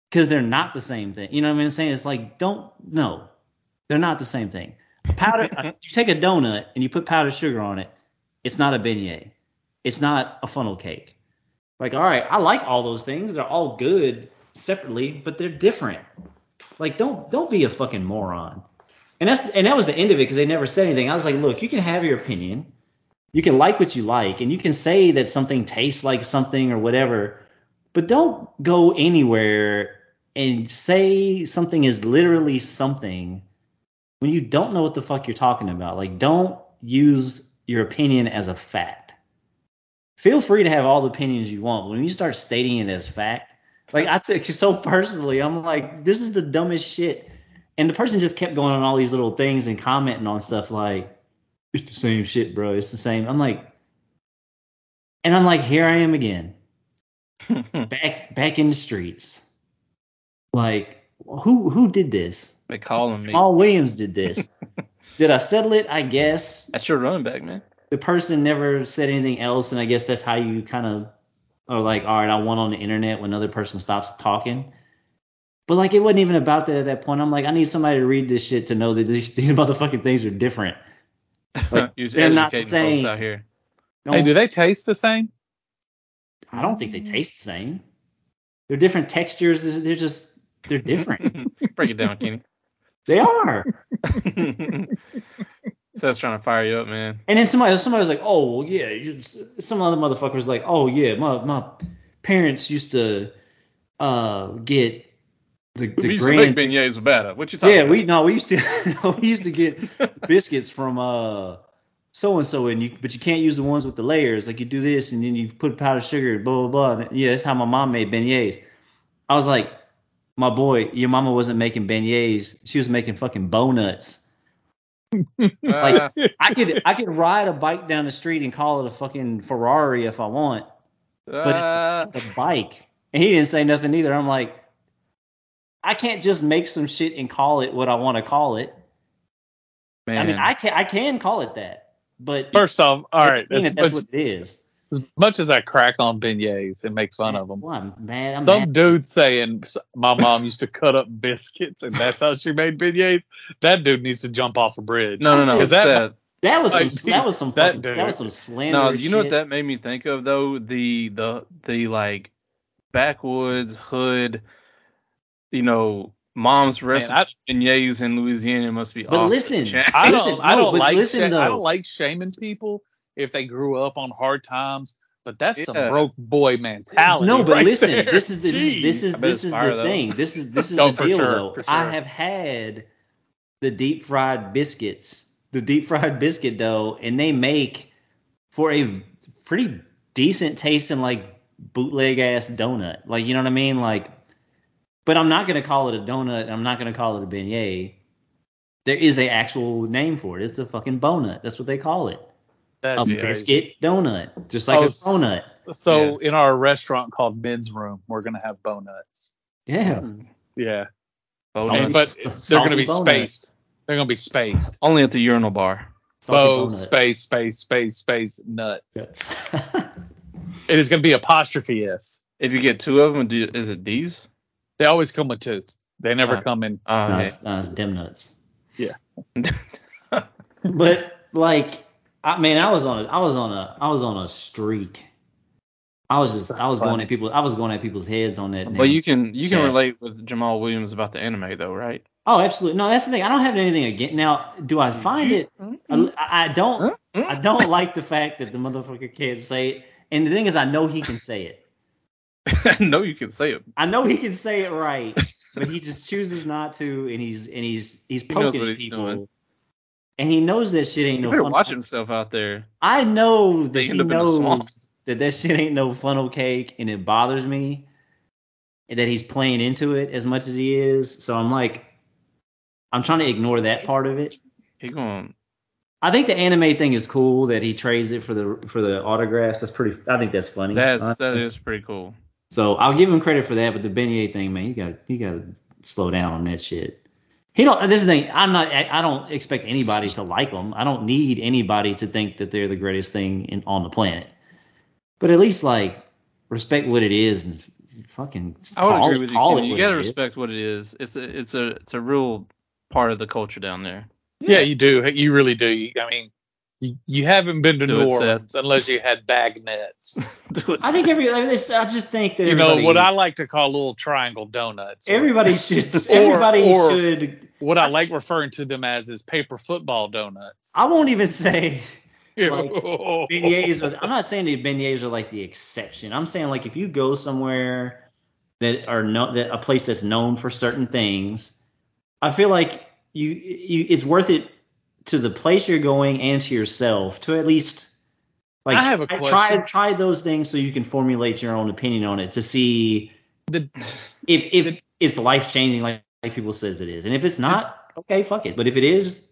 Speaker 1: because they're not the same thing. You know what I'm saying? It's like don't no, they're not the same thing. A powder, uh, you take a donut and you put powdered sugar on it. It's not a beignet. It's not a funnel cake. Like all right, I like all those things. They're all good separately, but they're different. Like don't don't be a fucking moron. And that's and that was the end of it because they never said anything. I was like, look, you can have your opinion. You can like what you like, and you can say that something tastes like something or whatever, but don't go anywhere and say something is literally something when you don't know what the fuck you're talking about. Like, don't use your opinion as a fact. Feel free to have all the opinions you want. but When you start stating it as fact, like I took it so personally, I'm like, this is the dumbest shit. And the person just kept going on all these little things and commenting on stuff like, it's the same shit, bro. It's the same. I'm like, and I'm like, here I am again back back in the streets. Like who who did this?
Speaker 2: they calling me.
Speaker 1: Paul Williams did this. did I settle it? I guess
Speaker 2: That's your running back, man.
Speaker 1: the person never said anything else, and I guess that's how you kind of are like, all right, I won on the internet when another person stops talking. But like it wasn't even about that at that point. I'm like, I need somebody to read this shit to know that these, these motherfucking things are different. Like,
Speaker 2: You're
Speaker 1: they're
Speaker 2: educating
Speaker 1: not
Speaker 2: folks
Speaker 1: saying-
Speaker 2: out here.
Speaker 3: Hey,
Speaker 1: Don't-
Speaker 3: do they taste the same?
Speaker 1: I don't think they taste the same. They're different textures. They're they're just they're different.
Speaker 2: Break it down, Kenny.
Speaker 1: they are.
Speaker 2: so that's trying to fire you up, man.
Speaker 1: And then somebody, somebody was like, oh, well, yeah. You, some other motherfucker was like, oh, yeah, my, my parents used to uh, get the,
Speaker 2: we
Speaker 1: the
Speaker 2: used to make
Speaker 1: grand.
Speaker 2: beignets with batter. What you talking
Speaker 1: Yeah,
Speaker 2: about?
Speaker 1: we no, we used to no, we used to get biscuits from uh so and so, and you but you can't use the ones with the layers. Like you do this, and then you put powdered sugar, blah blah blah. And yeah, that's how my mom made beignets. I was like, my boy, your mama wasn't making beignets; she was making fucking bonuts.
Speaker 2: Uh,
Speaker 1: I could I could ride a bike down the street and call it a fucking Ferrari if I want.
Speaker 2: uh,
Speaker 1: A bike. And he didn't say nothing either. I'm like, I can't just make some shit and call it what I want to call it.
Speaker 2: man.
Speaker 1: I mean, I can I can call it that, but
Speaker 3: First off, all
Speaker 1: doesn't
Speaker 3: right.
Speaker 1: mean
Speaker 3: As
Speaker 1: that that's
Speaker 3: much,
Speaker 1: what it is.
Speaker 3: as much as I crack on beignets and make fun of them,
Speaker 1: Well, I'm mad. I'm
Speaker 3: some
Speaker 1: mad.
Speaker 3: dude saying my mom used to cut up biscuits and that's how she made beignets. That dude needs to jump off a bridge.
Speaker 2: no, no, no.
Speaker 3: Is that-
Speaker 2: Seth,
Speaker 1: That was some
Speaker 3: Like,
Speaker 1: that was some
Speaker 3: that
Speaker 1: fucking, that,
Speaker 3: dude.
Speaker 1: was some slander.
Speaker 2: no, you know what
Speaker 1: shit.
Speaker 2: that made me think of though? The the the like backwoods hood, you know, mom's recipe
Speaker 3: I-
Speaker 2: beignets in Louisiana must be
Speaker 1: But
Speaker 2: awesome.
Speaker 1: listen,
Speaker 2: Jack.
Speaker 3: Oh, I don't.
Speaker 1: Listen,
Speaker 3: I
Speaker 1: no,
Speaker 3: don't
Speaker 1: but
Speaker 3: like.
Speaker 1: listen,
Speaker 3: sha- I
Speaker 1: though.
Speaker 3: don't like shaming people if they grew up on hard times. But that's some
Speaker 2: Yeah.
Speaker 3: broke boy mentality.
Speaker 1: No, but
Speaker 3: right
Speaker 1: listen,
Speaker 3: there.
Speaker 1: this is the this, this
Speaker 3: Jeez.
Speaker 1: is
Speaker 2: I bet
Speaker 1: this
Speaker 2: it's
Speaker 1: is
Speaker 2: fire,
Speaker 1: the
Speaker 2: though.
Speaker 1: thing. This is this is
Speaker 3: Oh,
Speaker 1: the
Speaker 3: for
Speaker 1: deal
Speaker 3: sure,
Speaker 1: though.
Speaker 3: for
Speaker 1: I
Speaker 3: sure.
Speaker 1: have had the deep fried biscuits, the deep fried biscuit dough, and they make for a pretty decent tasting like bootleg ass donut. Like you know what I mean? Like, but I'm not gonna call it a donut. I'm not gonna call it a beignet. There is a actual name for it. It's a fucking bonut. That's what they call it. A
Speaker 3: That's
Speaker 2: Um, crazy.
Speaker 1: biscuit donut, just like
Speaker 3: Oh,
Speaker 1: a
Speaker 3: s-
Speaker 1: donut.
Speaker 3: so in our restaurant called Ben's Room, we're gonna have bonuts. Hmm.
Speaker 1: Yeah.
Speaker 3: Yeah,
Speaker 1: Bonus.
Speaker 3: And- but
Speaker 1: Salty
Speaker 3: they're gonna be
Speaker 1: bonus.
Speaker 3: spaced. They're gonna be spaced.
Speaker 2: Only at the urinal bar.
Speaker 3: Bo
Speaker 1: Salty
Speaker 3: space space space space nuts.
Speaker 1: bonut.
Speaker 3: It is gonna be apostrophe s.
Speaker 2: If you get two of them, do, is it these?
Speaker 3: They always come with two. They never
Speaker 2: Uh,
Speaker 3: come in.
Speaker 2: Oh,
Speaker 1: no,
Speaker 2: okay.
Speaker 1: it's, no, it's dim nuts.
Speaker 2: oh,
Speaker 1: But like, I mean, I was on a, I was on a, I was on a streak. I was just,
Speaker 3: That's
Speaker 1: I was going
Speaker 3: funny.
Speaker 1: at people, I was going at people's heads on that.
Speaker 2: but
Speaker 1: damn-
Speaker 2: you can you can
Speaker 1: Yeah.
Speaker 2: relate with Jamal Williams about the anime though, right?
Speaker 1: oh, absolutely. No, that's the thing. I don't have anything against. Now, do
Speaker 2: Mm-hmm.
Speaker 1: I find it? I, I don't. I don't like the fact that the motherfucker can't say it. And the thing is, I know he can say it.
Speaker 2: no, you can say it.
Speaker 1: I know he can say it right, but he just chooses not to, and he's and he's he's
Speaker 2: He knows
Speaker 1: poking
Speaker 2: what
Speaker 1: at
Speaker 2: he's
Speaker 1: people,
Speaker 2: doing.
Speaker 1: and he knows that shit ain't
Speaker 2: You
Speaker 1: no
Speaker 2: better
Speaker 1: fun.
Speaker 2: watch himself out there.
Speaker 1: I know that
Speaker 2: They
Speaker 1: he
Speaker 2: end up in a swamp.
Speaker 1: knows that that shit ain't no funnel cake, and it bothers me and that he's playing into it as much as he is. So I'm like, I'm trying to ignore that part of it.
Speaker 2: He going.
Speaker 1: I think the anime thing is cool that he trades it for the for the autographs. That's pretty. I think that's funny.
Speaker 2: That's
Speaker 1: honestly.
Speaker 2: that is pretty cool.
Speaker 1: So I'll give him credit for that, but the beignet thing, man, you got you got to slow down on that shit. He don't. This is the thing. I'm not. I, I don't expect anybody to like him. I don't need anybody to think that they're the greatest thing in, on the planet. But at least like respect what it is and fucking.
Speaker 2: I would
Speaker 1: call
Speaker 2: agree
Speaker 1: it-
Speaker 2: with you.
Speaker 1: call
Speaker 2: Kenny.
Speaker 1: it
Speaker 2: You
Speaker 1: what
Speaker 2: gotta
Speaker 1: it is.
Speaker 2: respect what it is. It's a it's a it's a real part of the culture down there.
Speaker 3: Yeah, you do. You really do. You, I mean, you, you haven't been to
Speaker 2: Do
Speaker 3: New
Speaker 2: it, Seth.
Speaker 3: Orleans unless you had bag nets.
Speaker 2: Do it.
Speaker 1: I think every. I just, I just think that
Speaker 3: you know what I
Speaker 1: everybody-
Speaker 3: like to call little triangle donuts. or
Speaker 1: Everybody should.
Speaker 3: Or-
Speaker 1: Everybody
Speaker 3: or-
Speaker 1: should.
Speaker 3: what I like referring to them as is paper football donuts.
Speaker 1: I won't even say like,
Speaker 3: Like,
Speaker 1: beignets are, I'm not saying the beignets are like the exception. I'm saying like if you go somewhere that are no that a place that's known for certain things, I feel like you you it's worth it to the place you're going and to yourself to at least like
Speaker 3: I have a
Speaker 1: try, try
Speaker 3: question.
Speaker 1: try those things so you can formulate your own opinion on it to see
Speaker 3: the,
Speaker 1: if if it's life changing like, like people says it is, and if it's not, okay, fuck it. But if it is,
Speaker 2: It-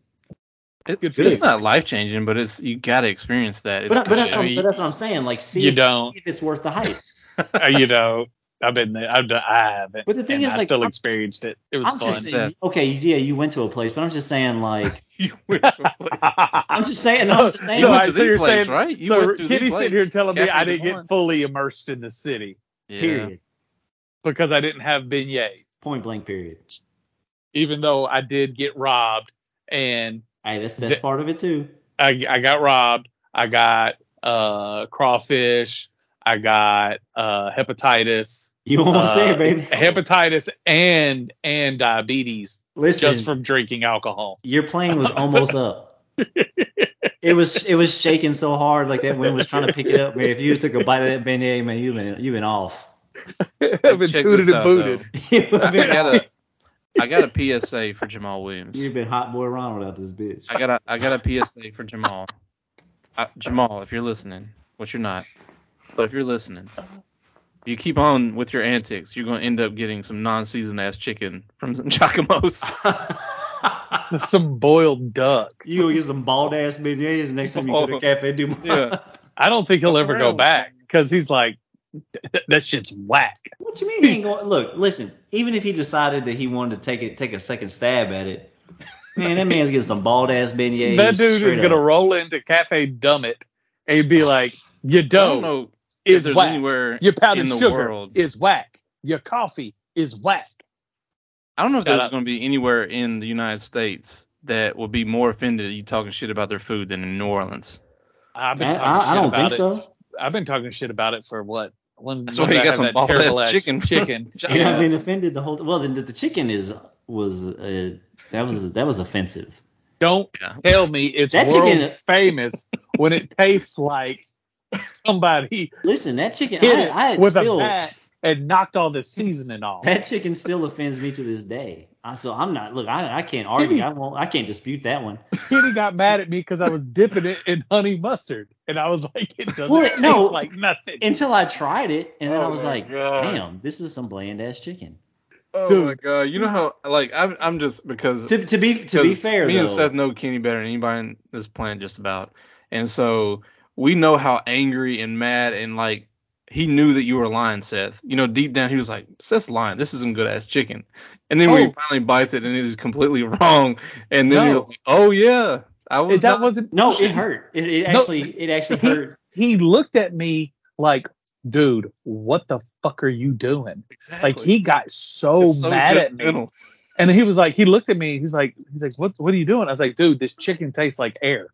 Speaker 3: Good for
Speaker 2: it's
Speaker 3: you.
Speaker 2: not life changing, but it's you gotta experience that. It's
Speaker 1: but, but,
Speaker 2: good.
Speaker 1: that's
Speaker 2: I
Speaker 1: what,
Speaker 2: mean,
Speaker 1: but that's what I'm saying. Like see
Speaker 3: You
Speaker 1: if-
Speaker 3: don't.
Speaker 1: see if it's worth the hype.
Speaker 3: uh, you know, I've been there. I've done, I haven't.
Speaker 1: But the thing
Speaker 3: and
Speaker 1: is,
Speaker 3: I
Speaker 1: like,
Speaker 3: still
Speaker 1: I'm-
Speaker 3: experienced it. It was
Speaker 1: I'm
Speaker 3: fun.
Speaker 1: just saying, okay, yeah, you went to a place, but I'm just saying like
Speaker 2: you went to a place.
Speaker 1: I'm just saying, no, I'm just saying.
Speaker 2: You
Speaker 3: So,
Speaker 2: went
Speaker 3: I-
Speaker 2: to
Speaker 3: so
Speaker 2: the
Speaker 3: you're
Speaker 2: place,
Speaker 3: saying-
Speaker 2: right? You
Speaker 3: so
Speaker 2: went to the
Speaker 3: Kitty's
Speaker 2: place,
Speaker 3: sitting here telling me
Speaker 2: Cafe
Speaker 3: I
Speaker 2: Des
Speaker 3: didn't
Speaker 2: Moines.
Speaker 3: get fully immersed in the city
Speaker 2: Yeah.
Speaker 1: period.
Speaker 3: because I didn't have beignets,
Speaker 1: Point blank. Period.
Speaker 3: even though I did get robbed and
Speaker 1: Hey, that's that's
Speaker 3: The-
Speaker 1: part of it too.
Speaker 3: I, I got robbed. I got uh, crawfish. I got uh, hepatitis.
Speaker 1: You know what I'm
Speaker 3: uh,
Speaker 1: saying, baby?
Speaker 3: Hepatitis and and diabetes
Speaker 1: Listen,
Speaker 3: just from drinking alcohol.
Speaker 1: your plane was almost up. It was it was shaking so hard, like that wind was trying to pick it up. Man, if you took a bite of that beignet, man, you've been you've been off.
Speaker 3: I've been
Speaker 2: Check
Speaker 3: tooted
Speaker 2: this
Speaker 3: and
Speaker 2: out,
Speaker 3: booted.
Speaker 2: though.
Speaker 1: you've,
Speaker 2: I
Speaker 1: been,
Speaker 2: got a I got a PSA for Jamal Williams.
Speaker 1: you've been hot boy Ronald out this bitch.
Speaker 2: I got a I got a PSA for Jamal. I, Jamal, if you're listening, which you're not, but if you're listening, if you keep on with your antics, you're gonna end up getting some non-seasoned ass chicken from some Giacomo's.
Speaker 3: Some boiled duck.
Speaker 1: you gonna get some bald ass beignets the next time you go to Cafe Du Monde.
Speaker 2: Yeah.
Speaker 3: I don't think he'll ever go
Speaker 2: Around.
Speaker 3: back because he's like, that shit's whack.
Speaker 1: What you mean he ain't going? Look, listen. Even if he decided that he wanted to take it, take a second stab at it, man, that man's getting some bald ass beignets.
Speaker 3: that dude is
Speaker 1: straight
Speaker 3: gonna
Speaker 1: up.
Speaker 3: roll into Cafe Dummit and be like, your
Speaker 2: I don't
Speaker 3: dough
Speaker 2: know if
Speaker 3: is
Speaker 2: there's
Speaker 3: whack.
Speaker 2: anywhere
Speaker 3: Your powdered
Speaker 2: in the
Speaker 3: sugar
Speaker 2: world.
Speaker 3: is whack. Your coffee is whack.
Speaker 2: I don't know if
Speaker 3: Shut
Speaker 2: there's
Speaker 3: up.
Speaker 2: gonna be anywhere in the United States that will be more offended at you talking shit about their food than in New Orleans.
Speaker 3: I've been
Speaker 1: Eh, I,
Speaker 3: talking
Speaker 1: I, I
Speaker 3: shit
Speaker 1: don't
Speaker 3: about
Speaker 1: think
Speaker 3: it.
Speaker 1: so.
Speaker 3: I've been talking shit about it for what? When,
Speaker 2: That's
Speaker 3: when
Speaker 2: why
Speaker 3: did
Speaker 2: you
Speaker 3: I
Speaker 2: got
Speaker 3: have
Speaker 2: some
Speaker 3: that
Speaker 2: bald
Speaker 3: terrible
Speaker 2: ass
Speaker 3: ass
Speaker 2: chicken.
Speaker 3: chicken.
Speaker 1: You know, I've
Speaker 2: Yeah.
Speaker 1: been offended the whole. Well, then the, the chicken is was uh, that was that was offensive.
Speaker 3: Don't
Speaker 2: Yeah.
Speaker 3: tell me it's
Speaker 1: That
Speaker 3: world
Speaker 1: chicken-
Speaker 3: famous when it tastes like somebody
Speaker 1: Listen, that chicken.
Speaker 3: hit
Speaker 1: I,
Speaker 3: it
Speaker 1: I had
Speaker 3: with
Speaker 1: still,
Speaker 3: a bat and knocked all this seasoning off.
Speaker 1: That chicken still offends me to this day. I- So I'm not look. I, I can't argue. I won't. I can't dispute that one.
Speaker 3: Kitty got mad at me because I was dipping it in honey mustard, and I was like, it doesn't
Speaker 1: Well,
Speaker 3: taste
Speaker 1: no.
Speaker 3: like nothing.
Speaker 1: Until I tried it, and then
Speaker 2: Oh
Speaker 1: I was
Speaker 2: my
Speaker 1: like,
Speaker 2: God.
Speaker 1: damn, this is some bland ass chicken.
Speaker 2: Oh my
Speaker 3: Dude.
Speaker 2: god, you know how like I'm I'm just because
Speaker 1: To, to be to be
Speaker 2: 'Cause
Speaker 1: fair
Speaker 2: me
Speaker 1: though,
Speaker 2: and Seth know Kenny better than anybody on this planet, just about. And so we know how angry and mad and like he knew that you were lying, Seth. You know, deep down he was like, Seth's lying. This isn't good ass chicken. And then when he
Speaker 3: Oh.
Speaker 2: finally bites it, and it is completely wrong. And then he
Speaker 3: No.
Speaker 2: was like, Oh yeah, I was.
Speaker 3: that
Speaker 2: not-
Speaker 3: wasn't
Speaker 1: no, it hurt. It, it
Speaker 3: No.
Speaker 1: actually it actually hurt.
Speaker 3: He looked at me like, dude, what the fuck are you doing?
Speaker 2: exactly.
Speaker 3: Like he got so,
Speaker 2: It's so
Speaker 3: mad at me.
Speaker 2: judgmental.
Speaker 3: And he was like, he looked at me. He's like, he's like, what, what are you doing? I was like, dude, this chicken tastes like air.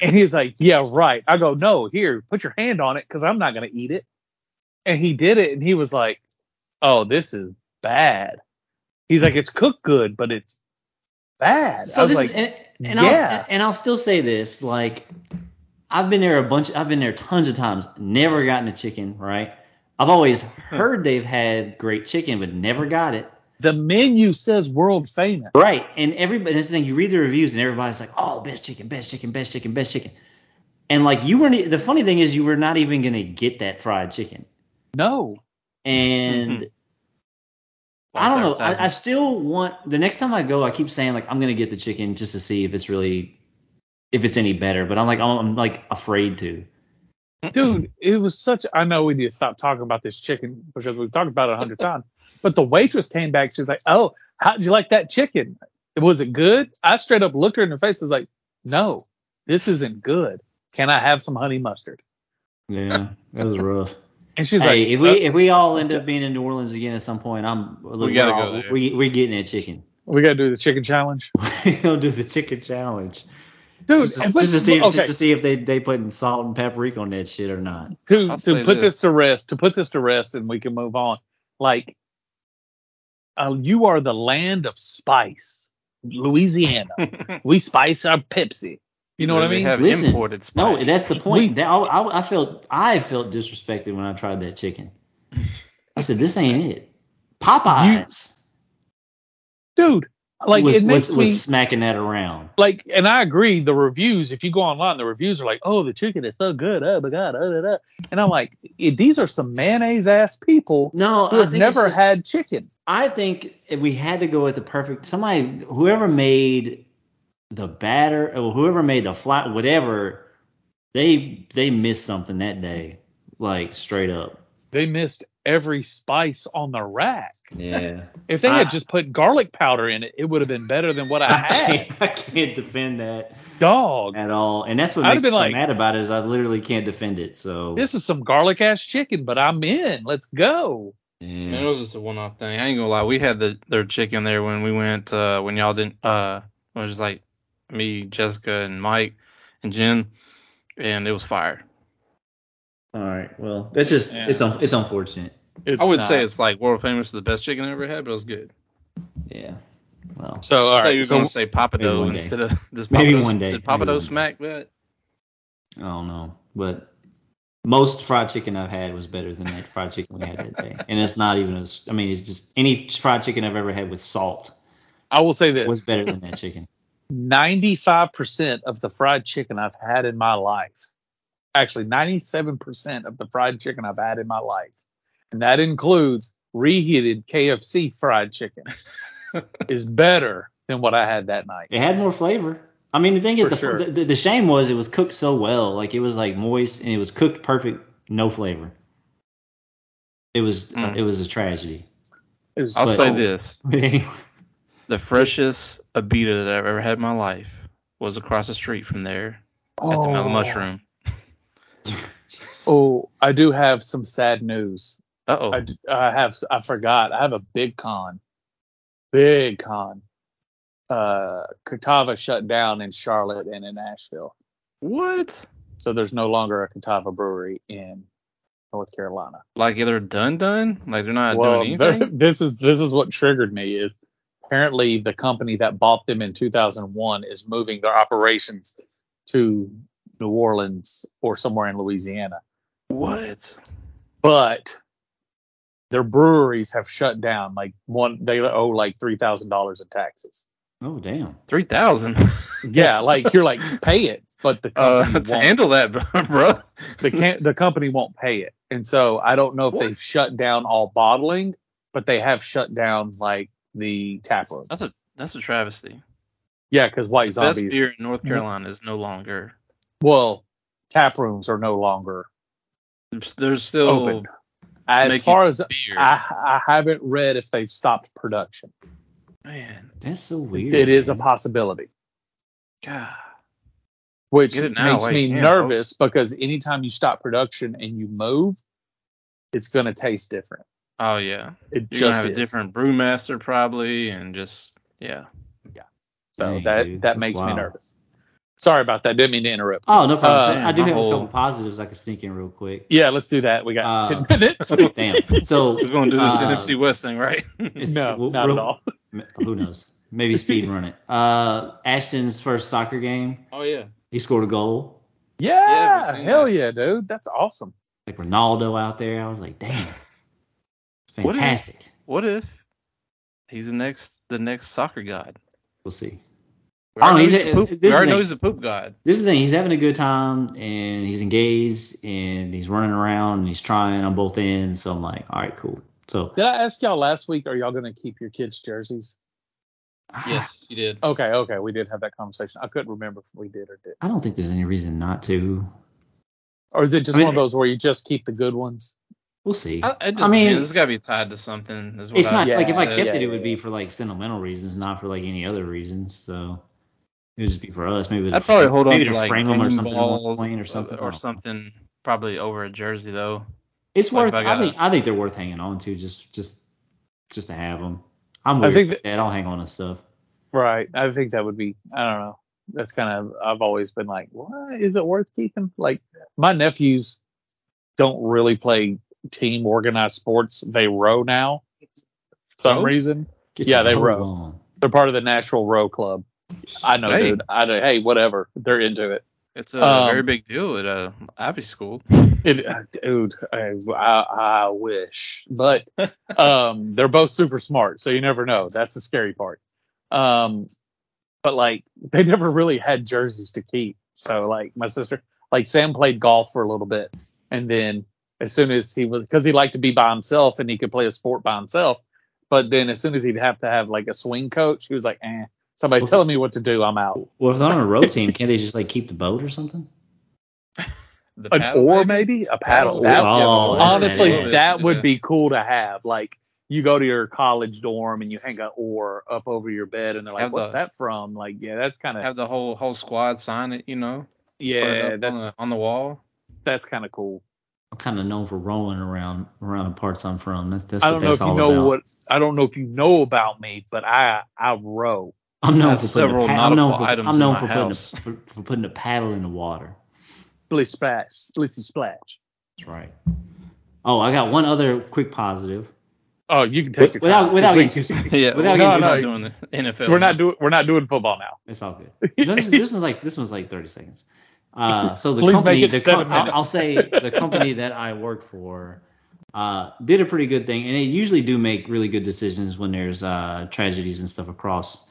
Speaker 3: and he's like, yeah, right. I go, no, here, put your hand on it because I'm not gonna eat it. And he did it, and he was like, oh, this is bad. He's like, it's cooked good, but it's bad. I
Speaker 1: So
Speaker 3: was
Speaker 1: this
Speaker 3: like,
Speaker 1: is, and, and
Speaker 3: yeah.
Speaker 1: I'll and I'll still say this like I've been there a bunch I've been there tons of times never gotten a chicken right I've always heard they've had great chicken but never got it
Speaker 3: the menu says world famous.
Speaker 1: right and everybody that's the thing you read the reviews and everybody's like oh best chicken best chicken best chicken best chicken and like you weren't e- the funny thing is you were not even gonna get that fried chicken
Speaker 3: No.
Speaker 1: and
Speaker 3: Mm-hmm.
Speaker 2: Mhm.
Speaker 1: I don't know. I, I
Speaker 2: Advertisement.
Speaker 1: still want the next time I go. I keep saying like I'm gonna get the chicken just to see if it's really, if it's any better. But I'm like I'm, I'm like afraid to.
Speaker 3: dude it was such i know we need to stop talking about this chicken because we've talked about it a hundred times but the waitress came back she was like oh how'd you like that chicken was it good i straight up looked her in the face and was like no this isn't good can i have some honey mustard
Speaker 1: Yeah, that was rough.
Speaker 3: and she's
Speaker 1: hey,
Speaker 3: like uh,
Speaker 1: if we if we all end up being in New Orleans again at some point, I'm look,
Speaker 2: We gotta
Speaker 1: we're
Speaker 2: go
Speaker 1: all-
Speaker 2: there.
Speaker 1: We we getting that chicken.
Speaker 3: we gotta do the chicken challenge
Speaker 1: we gonna do the chicken challenge.
Speaker 3: dude
Speaker 1: Just, just
Speaker 3: and
Speaker 1: to
Speaker 3: let's-
Speaker 1: see if,
Speaker 3: okay
Speaker 1: just to see if they they putting salt and paprika on that shit or not.
Speaker 3: to,
Speaker 2: I'll
Speaker 3: to
Speaker 2: say
Speaker 3: put this.
Speaker 2: this.
Speaker 3: to rest, to put this to rest, and we can move on. Like, uh, you are the land of spice, Louisiana. we spice our Pepsi. You know what I
Speaker 2: They
Speaker 3: mean?
Speaker 2: have
Speaker 1: Listen,
Speaker 2: imported
Speaker 1: No,
Speaker 2: spice.
Speaker 1: that's the point.
Speaker 3: We-
Speaker 1: That, I, I, I felt I felt disrespected when I tried that chicken. I said, "This ain't it." Popeyes
Speaker 3: Dude, like
Speaker 1: was,
Speaker 3: it makes
Speaker 1: was,
Speaker 3: me
Speaker 1: was smacking that around.
Speaker 3: like, and I agree. The reviews, if you go online, the reviews are like, "Oh, the chicken is so good." Oh my god, oh, da, da. and I'm like, i- these are some mayonnaise ass people
Speaker 1: No,
Speaker 3: who
Speaker 1: I
Speaker 3: have
Speaker 1: think it's
Speaker 3: never
Speaker 1: just-
Speaker 3: had chicken.
Speaker 1: I think if we had to go with the perfect. Somebody, whoever made the batter, or whoever made the flat, whatever, they they missed something that day, like straight up.
Speaker 3: They missed every spice on the rack.
Speaker 1: Yeah,
Speaker 3: If they
Speaker 1: I-
Speaker 3: had just put garlic powder in it, it would have been better than what I
Speaker 1: I
Speaker 3: had.
Speaker 1: can't, I can't defend that
Speaker 3: dog,
Speaker 1: at all, and that's what
Speaker 3: I'd have
Speaker 1: makes me
Speaker 3: been
Speaker 1: so
Speaker 3: like-
Speaker 1: mad about it is I literally can't defend it. So
Speaker 3: this is some garlic ass chicken, but I'm in. Let's go.
Speaker 1: Yeah.
Speaker 2: Man, it was just a one-off thing. I ain't gonna lie. We had the their chicken there when we went uh, when y'all didn't. Uh, it was just like me, Jessica, and Mike, and Jen, and it was fire.
Speaker 1: All right. Well, that's just
Speaker 3: Yeah.
Speaker 1: it's un- it's unfortunate.
Speaker 2: I would
Speaker 3: not-
Speaker 2: say it's like world famous for the best chicken I ever had, but it was good.
Speaker 1: Yeah. Well,
Speaker 3: so. All
Speaker 2: I thought you
Speaker 3: right,
Speaker 2: were
Speaker 3: so
Speaker 2: gonna say Papado
Speaker 1: one day.
Speaker 2: instead of this Papado.
Speaker 1: Maybe one day.
Speaker 2: Did
Speaker 1: Maybe one
Speaker 2: Papado
Speaker 1: day.
Speaker 2: smack that?
Speaker 1: I don't know, but most fried chicken I've had was better than that fried chicken we had that day, and it's not even. A, s- I mean, it's just any fried chicken I've ever had with salt
Speaker 3: I will say this:
Speaker 1: was better than that chicken.
Speaker 3: 95% of the fried chicken I've had in my life. Actually, 97% of the fried chicken I've had in my life. And that includes reheated KFC fried chicken is better than what I had that night.
Speaker 1: It had more flavor. I mean, the thing is,
Speaker 3: For
Speaker 1: the,
Speaker 3: sure.
Speaker 1: the, the shame was it was cooked so well, like it was like moist and it was cooked perfect, no flavor. It was
Speaker 3: Hmm.
Speaker 2: Mm.
Speaker 1: it was a tragedy.
Speaker 3: It was
Speaker 2: I'll
Speaker 1: But-
Speaker 2: say this:
Speaker 1: But anyway,
Speaker 2: the freshest Abita that I've ever had in my life was across the street from there at the Mellow Mushroom.
Speaker 3: Oh, I do have some sad news.
Speaker 2: Uh oh.
Speaker 3: I, d- I have I forgot. I have a big con, big con. Uh, Catawba shut down in Charlotte and in Nashville.
Speaker 2: What?
Speaker 3: So there's no longer a Catawba brewery in North Carolina.
Speaker 2: Like they're done, done? Like they're not
Speaker 3: Well,
Speaker 2: doing
Speaker 3: there-
Speaker 2: anything?
Speaker 3: this is this is what triggered me is apparently the company that bought them in 2001 is moving their operations to New Orleans or somewhere in Louisiana.
Speaker 2: What?
Speaker 3: But their breweries have shut down. Like one, they owe like three thousand dollars in taxes.
Speaker 1: Oh damn.
Speaker 2: Three thousand.
Speaker 3: Yeah, like you're like pay it, but the
Speaker 2: Uh,
Speaker 3: company
Speaker 2: to
Speaker 3: won't.
Speaker 2: handle that, bro.
Speaker 3: the can- the company won't pay it, and so I don't know if
Speaker 2: What?
Speaker 3: they've shut down all bottling, but they have shut down like the tap room.
Speaker 2: That's a that's a travesty.
Speaker 3: Yeah, because White
Speaker 2: The best
Speaker 3: Zombies.
Speaker 2: beer in North Carolina is no longer.
Speaker 3: Well, tap rooms are no longer
Speaker 2: There's- There's still
Speaker 3: Open. as
Speaker 2: Making
Speaker 3: far as
Speaker 2: beer.
Speaker 3: I, I haven't read if they've stopped production.
Speaker 2: Man,
Speaker 1: That's so weird.
Speaker 3: It is a
Speaker 1: man.
Speaker 3: possibility,
Speaker 2: God.
Speaker 3: which
Speaker 2: Get it now
Speaker 3: makes
Speaker 2: while
Speaker 3: me
Speaker 2: you can,
Speaker 3: nervous because anytime you stop production and you move, it's going to taste different.
Speaker 2: Oh yeah.
Speaker 3: It
Speaker 2: You're
Speaker 3: just
Speaker 2: gonna have
Speaker 3: is.
Speaker 2: a different brewmaster probably, and just yeah.
Speaker 3: So
Speaker 1: Dang,
Speaker 3: that
Speaker 1: dude,
Speaker 3: that
Speaker 1: that's
Speaker 3: makes me
Speaker 1: wild.
Speaker 3: nervous. Sorry about that. Didn't mean to interrupt.
Speaker 1: Oh no problem.
Speaker 3: Uh,
Speaker 1: I do
Speaker 2: my
Speaker 1: have a
Speaker 2: whole-
Speaker 1: couple positives I can sneak in real quick.
Speaker 3: Yeah, let's do that. We got
Speaker 1: Uh,
Speaker 3: ten minutes.
Speaker 1: Damn. So
Speaker 2: We're gonna do this
Speaker 1: Uh,
Speaker 2: NFC West thing, right?
Speaker 3: no,
Speaker 1: we'll-
Speaker 3: not
Speaker 1: real-
Speaker 3: at all.
Speaker 1: m- Who knows? Maybe speed run it. Uh, Ashton's first soccer game,
Speaker 2: oh yeah.
Speaker 1: he scored a goal.
Speaker 2: Yeah,
Speaker 3: Yeah,
Speaker 2: we've seen
Speaker 3: hell
Speaker 2: that.
Speaker 3: yeah, dude. That's awesome.
Speaker 1: Like Ronaldo out there. I was like, damn.
Speaker 2: What is-
Speaker 1: Fantastic.
Speaker 2: What if he's the next the next soccer god?
Speaker 1: We'll see.
Speaker 2: We
Speaker 1: Oh,
Speaker 2: already,
Speaker 1: he's
Speaker 2: know, he's
Speaker 1: a-
Speaker 2: the poop,
Speaker 1: this
Speaker 2: we
Speaker 1: is
Speaker 2: already know
Speaker 1: the-
Speaker 2: he's the poop god.
Speaker 1: This is the thing. He's having a good time and he's engaged and he's running around and he's trying on both ends. So I'm like, all right, cool. So
Speaker 3: Did I ask y'all last week? Are y'all going to keep your kids' jerseys?
Speaker 2: Yes, you did.
Speaker 3: Okay, okay. We did have that conversation. I couldn't remember if we did or did.
Speaker 1: I don't think there's any reason not to.
Speaker 3: Or is it just
Speaker 1: I mean-
Speaker 3: one of those where you just keep the good ones?
Speaker 1: We'll see.
Speaker 2: I, it
Speaker 1: I mean-
Speaker 2: mean, it's got to be tied to something. Is what
Speaker 1: it's
Speaker 2: I
Speaker 1: not like if I
Speaker 2: said.
Speaker 1: kept
Speaker 3: yeah,
Speaker 1: it, it
Speaker 3: yeah,
Speaker 1: would be
Speaker 3: yeah.
Speaker 1: for like sentimental reasons, not for like any other reasons. So it would just be for us. Maybe
Speaker 2: I'd probably hold on
Speaker 1: maybe
Speaker 2: to like
Speaker 1: frame them or something, at one
Speaker 2: balls
Speaker 1: point or something. Oh. I
Speaker 2: or
Speaker 1: don't know.
Speaker 2: something. Probably over a jersey though.
Speaker 1: It's
Speaker 2: Like,
Speaker 1: worth.
Speaker 2: if I
Speaker 1: I,
Speaker 3: uh,
Speaker 2: got
Speaker 1: think I think they're worth hanging on to just just just to have them. I'm
Speaker 3: I
Speaker 1: weird. I
Speaker 3: think
Speaker 1: that, I don't hang on to stuff.
Speaker 3: Right. I think that would be. I don't know. That's kind of. I've always been like, what is it worth keeping? Like my nephews don't really play team organized sports. They row now. For some
Speaker 2: Row?
Speaker 3: reason
Speaker 1: Get
Speaker 3: Yeah,
Speaker 1: your
Speaker 3: they
Speaker 1: robe
Speaker 3: row.
Speaker 1: on.
Speaker 3: they're part of the Nashville Row Club. I know,
Speaker 2: Hey.
Speaker 3: dude. I know. Hey, whatever. They're into it.
Speaker 2: It's a
Speaker 3: Um,
Speaker 2: very big deal at a Ivy school.
Speaker 3: It, uh, dude, I, I, I wish, but um, they're both super smart, so you never know. That's the scary part. Um, but like, they never really had jerseys to keep. So like, my sister, like Sam played golf for a little bit, and then as soon as he was, because he liked to be by himself and he could play a sport by himself, but then as soon as he'd have to have like a swing coach, he was like, eh, somebody
Speaker 1: Well,
Speaker 3: telling me what to do, I'm out.
Speaker 1: Well, if they're on a road team, can't they just like keep the boat or something?
Speaker 2: The
Speaker 3: An
Speaker 2: paddle
Speaker 3: oar,
Speaker 2: maybe?
Speaker 3: maybe a
Speaker 2: Paddle.
Speaker 3: paddle. That,
Speaker 1: Oh, that's
Speaker 3: honestly,
Speaker 1: badass.
Speaker 3: that would
Speaker 2: Yeah.
Speaker 3: be cool to have. Like, you go to your college dorm and you hang an oar up over your bed, and they're like,
Speaker 2: Have
Speaker 3: "What's
Speaker 2: the-
Speaker 3: that from?" Like, yeah, that's kind of
Speaker 2: have the whole whole squad sign it, you know. put it
Speaker 3: yeah,
Speaker 2: up
Speaker 3: that's
Speaker 2: on the, on the wall.
Speaker 3: that's kind of cool.
Speaker 1: I'm kind of known for rolling around around the parts I'm from. That's that's
Speaker 3: I
Speaker 1: what
Speaker 3: don't know
Speaker 1: that's
Speaker 3: if you
Speaker 1: all
Speaker 3: know
Speaker 1: about.
Speaker 3: what I don't know if you know about me, but I I row.
Speaker 1: I'm
Speaker 2: I
Speaker 1: known
Speaker 2: have
Speaker 1: for putting
Speaker 2: several
Speaker 1: a pa- I'm known
Speaker 2: nautical
Speaker 1: for,
Speaker 2: items
Speaker 1: I'm
Speaker 2: in
Speaker 1: known
Speaker 2: my
Speaker 1: for
Speaker 2: house.
Speaker 1: putting a, for, for putting a paddle in the water.
Speaker 3: Splish splash, splissy splash.
Speaker 1: That's right. Oh, I got one other quick positive.
Speaker 3: Oh, you can take your
Speaker 1: without
Speaker 3: time.
Speaker 1: without
Speaker 3: We-
Speaker 1: getting too serious.
Speaker 2: Yeah,
Speaker 1: Without
Speaker 2: we're
Speaker 3: getting
Speaker 2: not
Speaker 3: too-
Speaker 2: doing the NFL.
Speaker 3: we're not doing we're not doing football now.
Speaker 1: It's all good. No, this, this one's like this one's like 30 seconds. Uh, so the
Speaker 3: Please
Speaker 1: company,
Speaker 3: make it
Speaker 1: the
Speaker 3: seven
Speaker 1: I'll- I'll
Speaker 3: minutes.
Speaker 1: say the company that I work for uh, did a pretty good thing, and they usually do make really good decisions when there's uh, tragedies and stuff across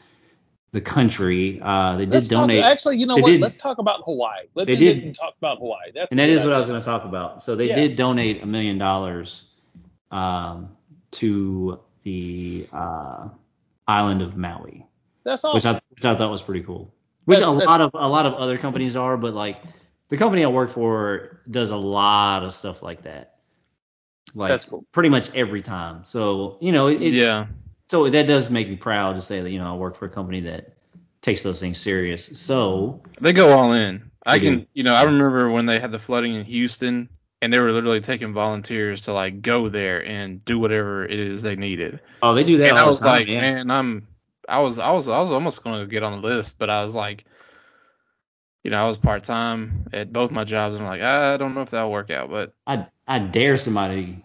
Speaker 1: the country. Uh, they
Speaker 3: Let's
Speaker 1: did donate,
Speaker 3: Talk, actually, you know
Speaker 1: They
Speaker 3: what?
Speaker 1: did-
Speaker 3: Let's talk about Hawaii. Let's
Speaker 1: They
Speaker 3: end it
Speaker 1: did.
Speaker 3: and talk about Hawaii. That's
Speaker 1: and that
Speaker 3: a
Speaker 1: is
Speaker 3: good
Speaker 1: what I was
Speaker 3: idea.
Speaker 1: going to talk about. So they
Speaker 3: Yeah.
Speaker 1: did donate a million dollars um, to the uh, island of Maui.
Speaker 3: That's awesome.
Speaker 1: which I which I thought was pretty cool. Which
Speaker 3: Oh. That's-
Speaker 1: a
Speaker 3: that's-
Speaker 1: lot of a lot of other companies are, but like the company I work for does a lot of stuff like that. Like
Speaker 3: That's cool.
Speaker 1: pretty much every time. So you know it- it's
Speaker 2: yeah,
Speaker 1: so that does make me proud to say that you know I work for a company that takes those things serious. So
Speaker 2: they go all in. I
Speaker 1: They do.
Speaker 2: can, you know, I remember when they had the flooding in Houston, and they were literally taking volunteers to like go there and do whatever it is they needed.
Speaker 1: oh they do that.
Speaker 2: and
Speaker 1: all
Speaker 2: I
Speaker 1: the
Speaker 2: was
Speaker 1: time,
Speaker 2: like,
Speaker 1: yeah.
Speaker 2: man, I'm, I was, I was, I was almost gonna get on the list, but I was like, you know, I was part time at both my jobs, and I'm like, I don't know if that'll work out, but
Speaker 1: I I dare somebody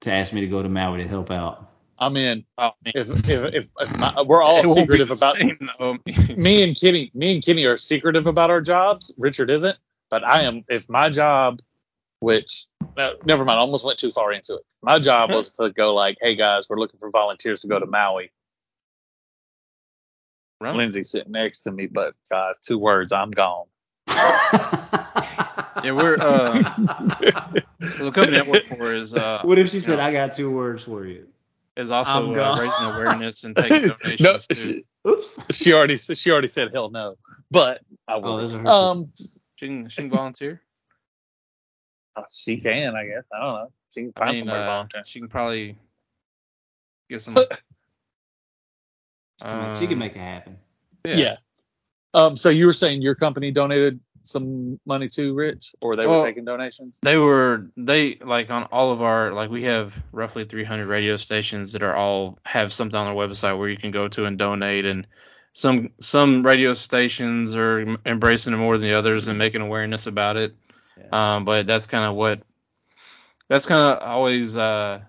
Speaker 1: to ask me to go to Maui to help out.
Speaker 3: I'm in.
Speaker 2: oh, man.
Speaker 3: If if if, if my, we're all
Speaker 2: It won't be
Speaker 3: secretive
Speaker 2: the
Speaker 3: about
Speaker 2: same, though.
Speaker 3: me and Kenny, me and Kenny are secretive about our jobs. Richard isn't, but I am. If my job which no, never mind. I almost went too far into it. My job was to go like, "Hey guys, we're looking for volunteers to go to Maui."
Speaker 2: Right.
Speaker 3: Lindsay's sitting next to me, but guys, two words, I'm gone.
Speaker 2: Yeah, we're uh, so the company I work for is uh,
Speaker 1: what if she
Speaker 2: said,
Speaker 1: said,
Speaker 2: "I
Speaker 1: "I got two words for you"?
Speaker 2: is
Speaker 1: I'm
Speaker 2: also uh,
Speaker 1: gone.
Speaker 2: raising awareness and taking donations.
Speaker 3: no,
Speaker 2: too.
Speaker 3: she,
Speaker 1: Oops.
Speaker 3: she already s- she already said hell no, but I
Speaker 1: Oh,
Speaker 3: will.
Speaker 1: those are her.
Speaker 3: um,
Speaker 2: She can, she can volunteer.
Speaker 3: she can, I guess. I don't know. She can
Speaker 2: I
Speaker 3: find
Speaker 2: mean,
Speaker 3: somewhere
Speaker 2: uh,
Speaker 3: volunteer.
Speaker 2: She can probably get some.
Speaker 1: she can
Speaker 2: um,
Speaker 1: make it happen.
Speaker 3: Yeah. Um. So you were saying your company donated some money to Rich, or they
Speaker 2: Well-
Speaker 3: were taking donations?
Speaker 2: They were they like on all of our like we have roughly 300 radio stations that are all have something on their website where you can go to and donate and some some radio stations are em- embracing it more than the others and making awareness about it. Um, but that's kind of what that's kind of always uh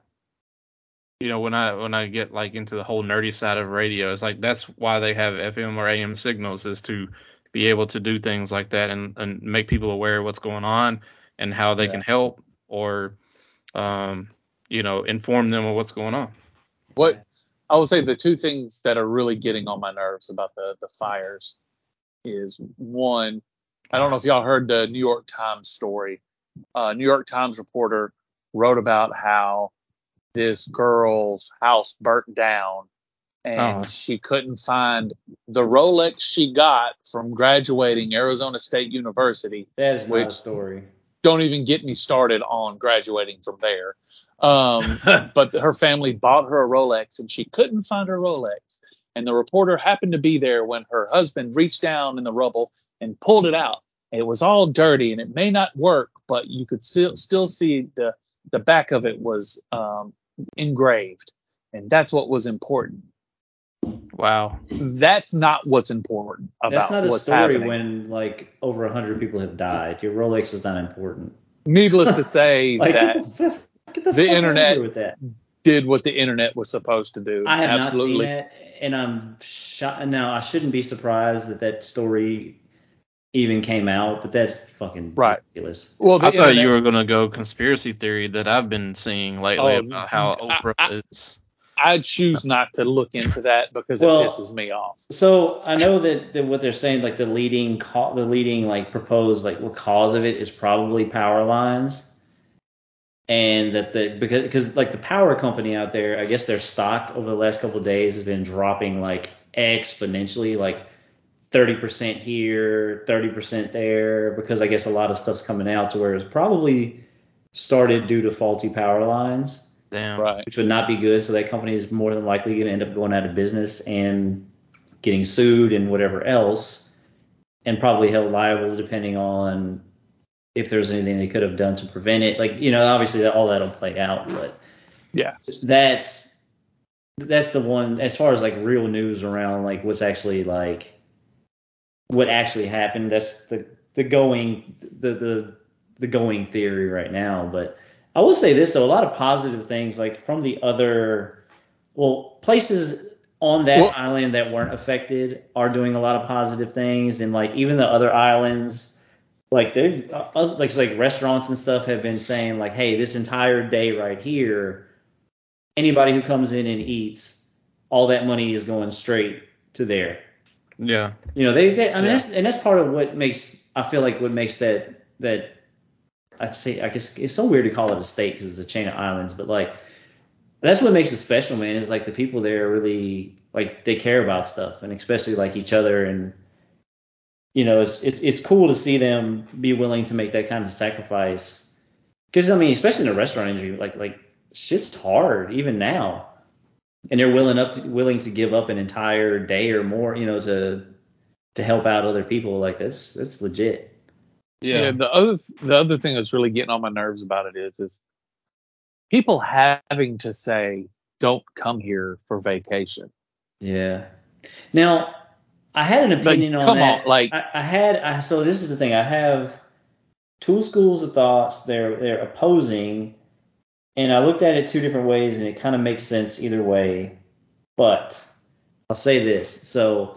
Speaker 2: you know when I when I get like into the whole nerdy side of radio it's like that's why they have FM or AM signals is to be able to do things like that and and make people aware of what's going on and how they
Speaker 3: Yeah.
Speaker 2: can help or um you know inform them of what's going on.
Speaker 3: What I will say the two things that are really getting on my nerves about the the fires is one, I don't know if y'all heard the New York Times story. Uh, New York Times reporter wrote about how this girl's house burnt down
Speaker 2: Oh.
Speaker 3: and she couldn't find the Rolex she got from graduating Arizona State University
Speaker 1: That is
Speaker 3: Which-
Speaker 1: not a story.
Speaker 3: don't even get me started on graduating from there. Um, but her family bought her a Rolex and she couldn't find her Rolex. And the reporter happened to be there when her husband reached down in the rubble and pulled it out. And it was all dirty and it may not work, but you could still, still see the, the back of it was um, engraved. And that's what was important.
Speaker 2: Wow.
Speaker 3: That's not what's important about
Speaker 1: That's not a
Speaker 3: what's
Speaker 1: story
Speaker 3: happening.
Speaker 1: when like over hundred people have died. Your Rolex is not important.
Speaker 3: Needless to say
Speaker 1: Like
Speaker 3: that
Speaker 1: get the, get the,
Speaker 3: the
Speaker 1: fuck out of
Speaker 3: internet-
Speaker 1: here with that.
Speaker 3: did what the internet was supposed to do.
Speaker 1: I have
Speaker 3: Absolutely.
Speaker 1: not seen that, and I'm shot. Now I shouldn't be surprised that that story even came out, but that's fucking
Speaker 3: Right.
Speaker 1: ridiculous.
Speaker 3: Well, the
Speaker 2: I thought you
Speaker 3: internet-
Speaker 2: were going to go conspiracy theory that I've been seeing lately
Speaker 3: Oh,
Speaker 2: about how
Speaker 3: I-
Speaker 2: Oprah
Speaker 3: I-
Speaker 2: is
Speaker 3: I choose not to look into that because
Speaker 1: Well-
Speaker 3: it pisses me off.
Speaker 1: So I know that, that what they're saying, like the leading ca- the leading like proposed like what cause of it is probably power lines, and that the because because like the power company out there, I guess their stock over the last couple of days has been dropping like exponentially, like thirty percent here, thirty percent there, because I guess a lot of stuff's coming out to where it's probably started due to faulty power lines
Speaker 2: damn.
Speaker 3: Right.
Speaker 1: which would not be good. So that company is more than likely going to end up going out of business and getting sued and whatever else, and probably held liable depending on if there's anything they could have done to prevent it. Like you know, obviously that, all that'll play out, but
Speaker 3: Yeah.
Speaker 1: that's that's the one as far as like real news around like what's actually like what actually happened. That's the the going the the the going theory right now. But I will say this though, a lot of positive things like from the other well places on that
Speaker 3: Well-
Speaker 1: island that weren't affected are doing a lot of positive things, and like even the other islands like they're uh, uh, like like restaurants and stuff have been saying like hey this entire day right here anybody who comes in and eats all that money is going straight to there
Speaker 2: Yeah.
Speaker 1: you know they, they I mean,
Speaker 2: Yeah.
Speaker 1: that's, and that's part of what makes i feel like what makes that that i say i guess it's so weird to call it a state because it's a chain of islands but like that's what makes it special man is like the people there really like they care about stuff and especially like each other and you know it's it's, it's cool to see them be willing to make that kind of sacrifice because i mean especially in the restaurant industry like like shit's hard even now and they're willing up to, willing to give up an entire day or more you know to to help out other people like that's that's legit
Speaker 3: Yeah.
Speaker 2: Yeah.
Speaker 3: the other the other thing that's really getting on my nerves about it is is people having to say don't come here for vacation.
Speaker 1: yeah now i had an
Speaker 3: Like,
Speaker 1: opinion on
Speaker 3: come
Speaker 1: that
Speaker 3: on, like-
Speaker 1: I, I had I, so this is the thing i have two schools of thoughts they're they're opposing and i looked at it two different ways and it kind of makes sense either way but i'll say this so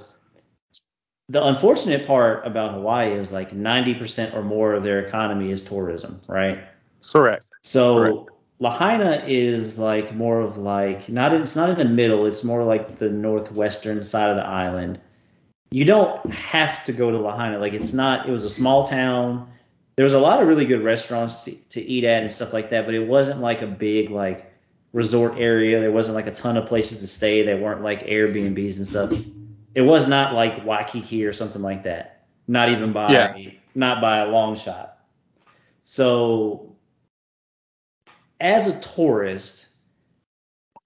Speaker 1: the unfortunate part about hawaii is like 90% or more of their economy is tourism right
Speaker 3: Correct.
Speaker 1: So Lahaina is like more of like not it's not in the middle, it's more like the northwestern side of the island. You don't have to go to Lahaina. Like it's not it was a small town. There was a lot of really good restaurants to, to eat at and stuff like that, but it wasn't like a big like resort area. There wasn't like a ton of places to stay that weren't like Airbnbs and stuff. It was not like Waikiki or something like that. Not even by
Speaker 3: Yeah.
Speaker 1: not by a long shot. So as a tourist,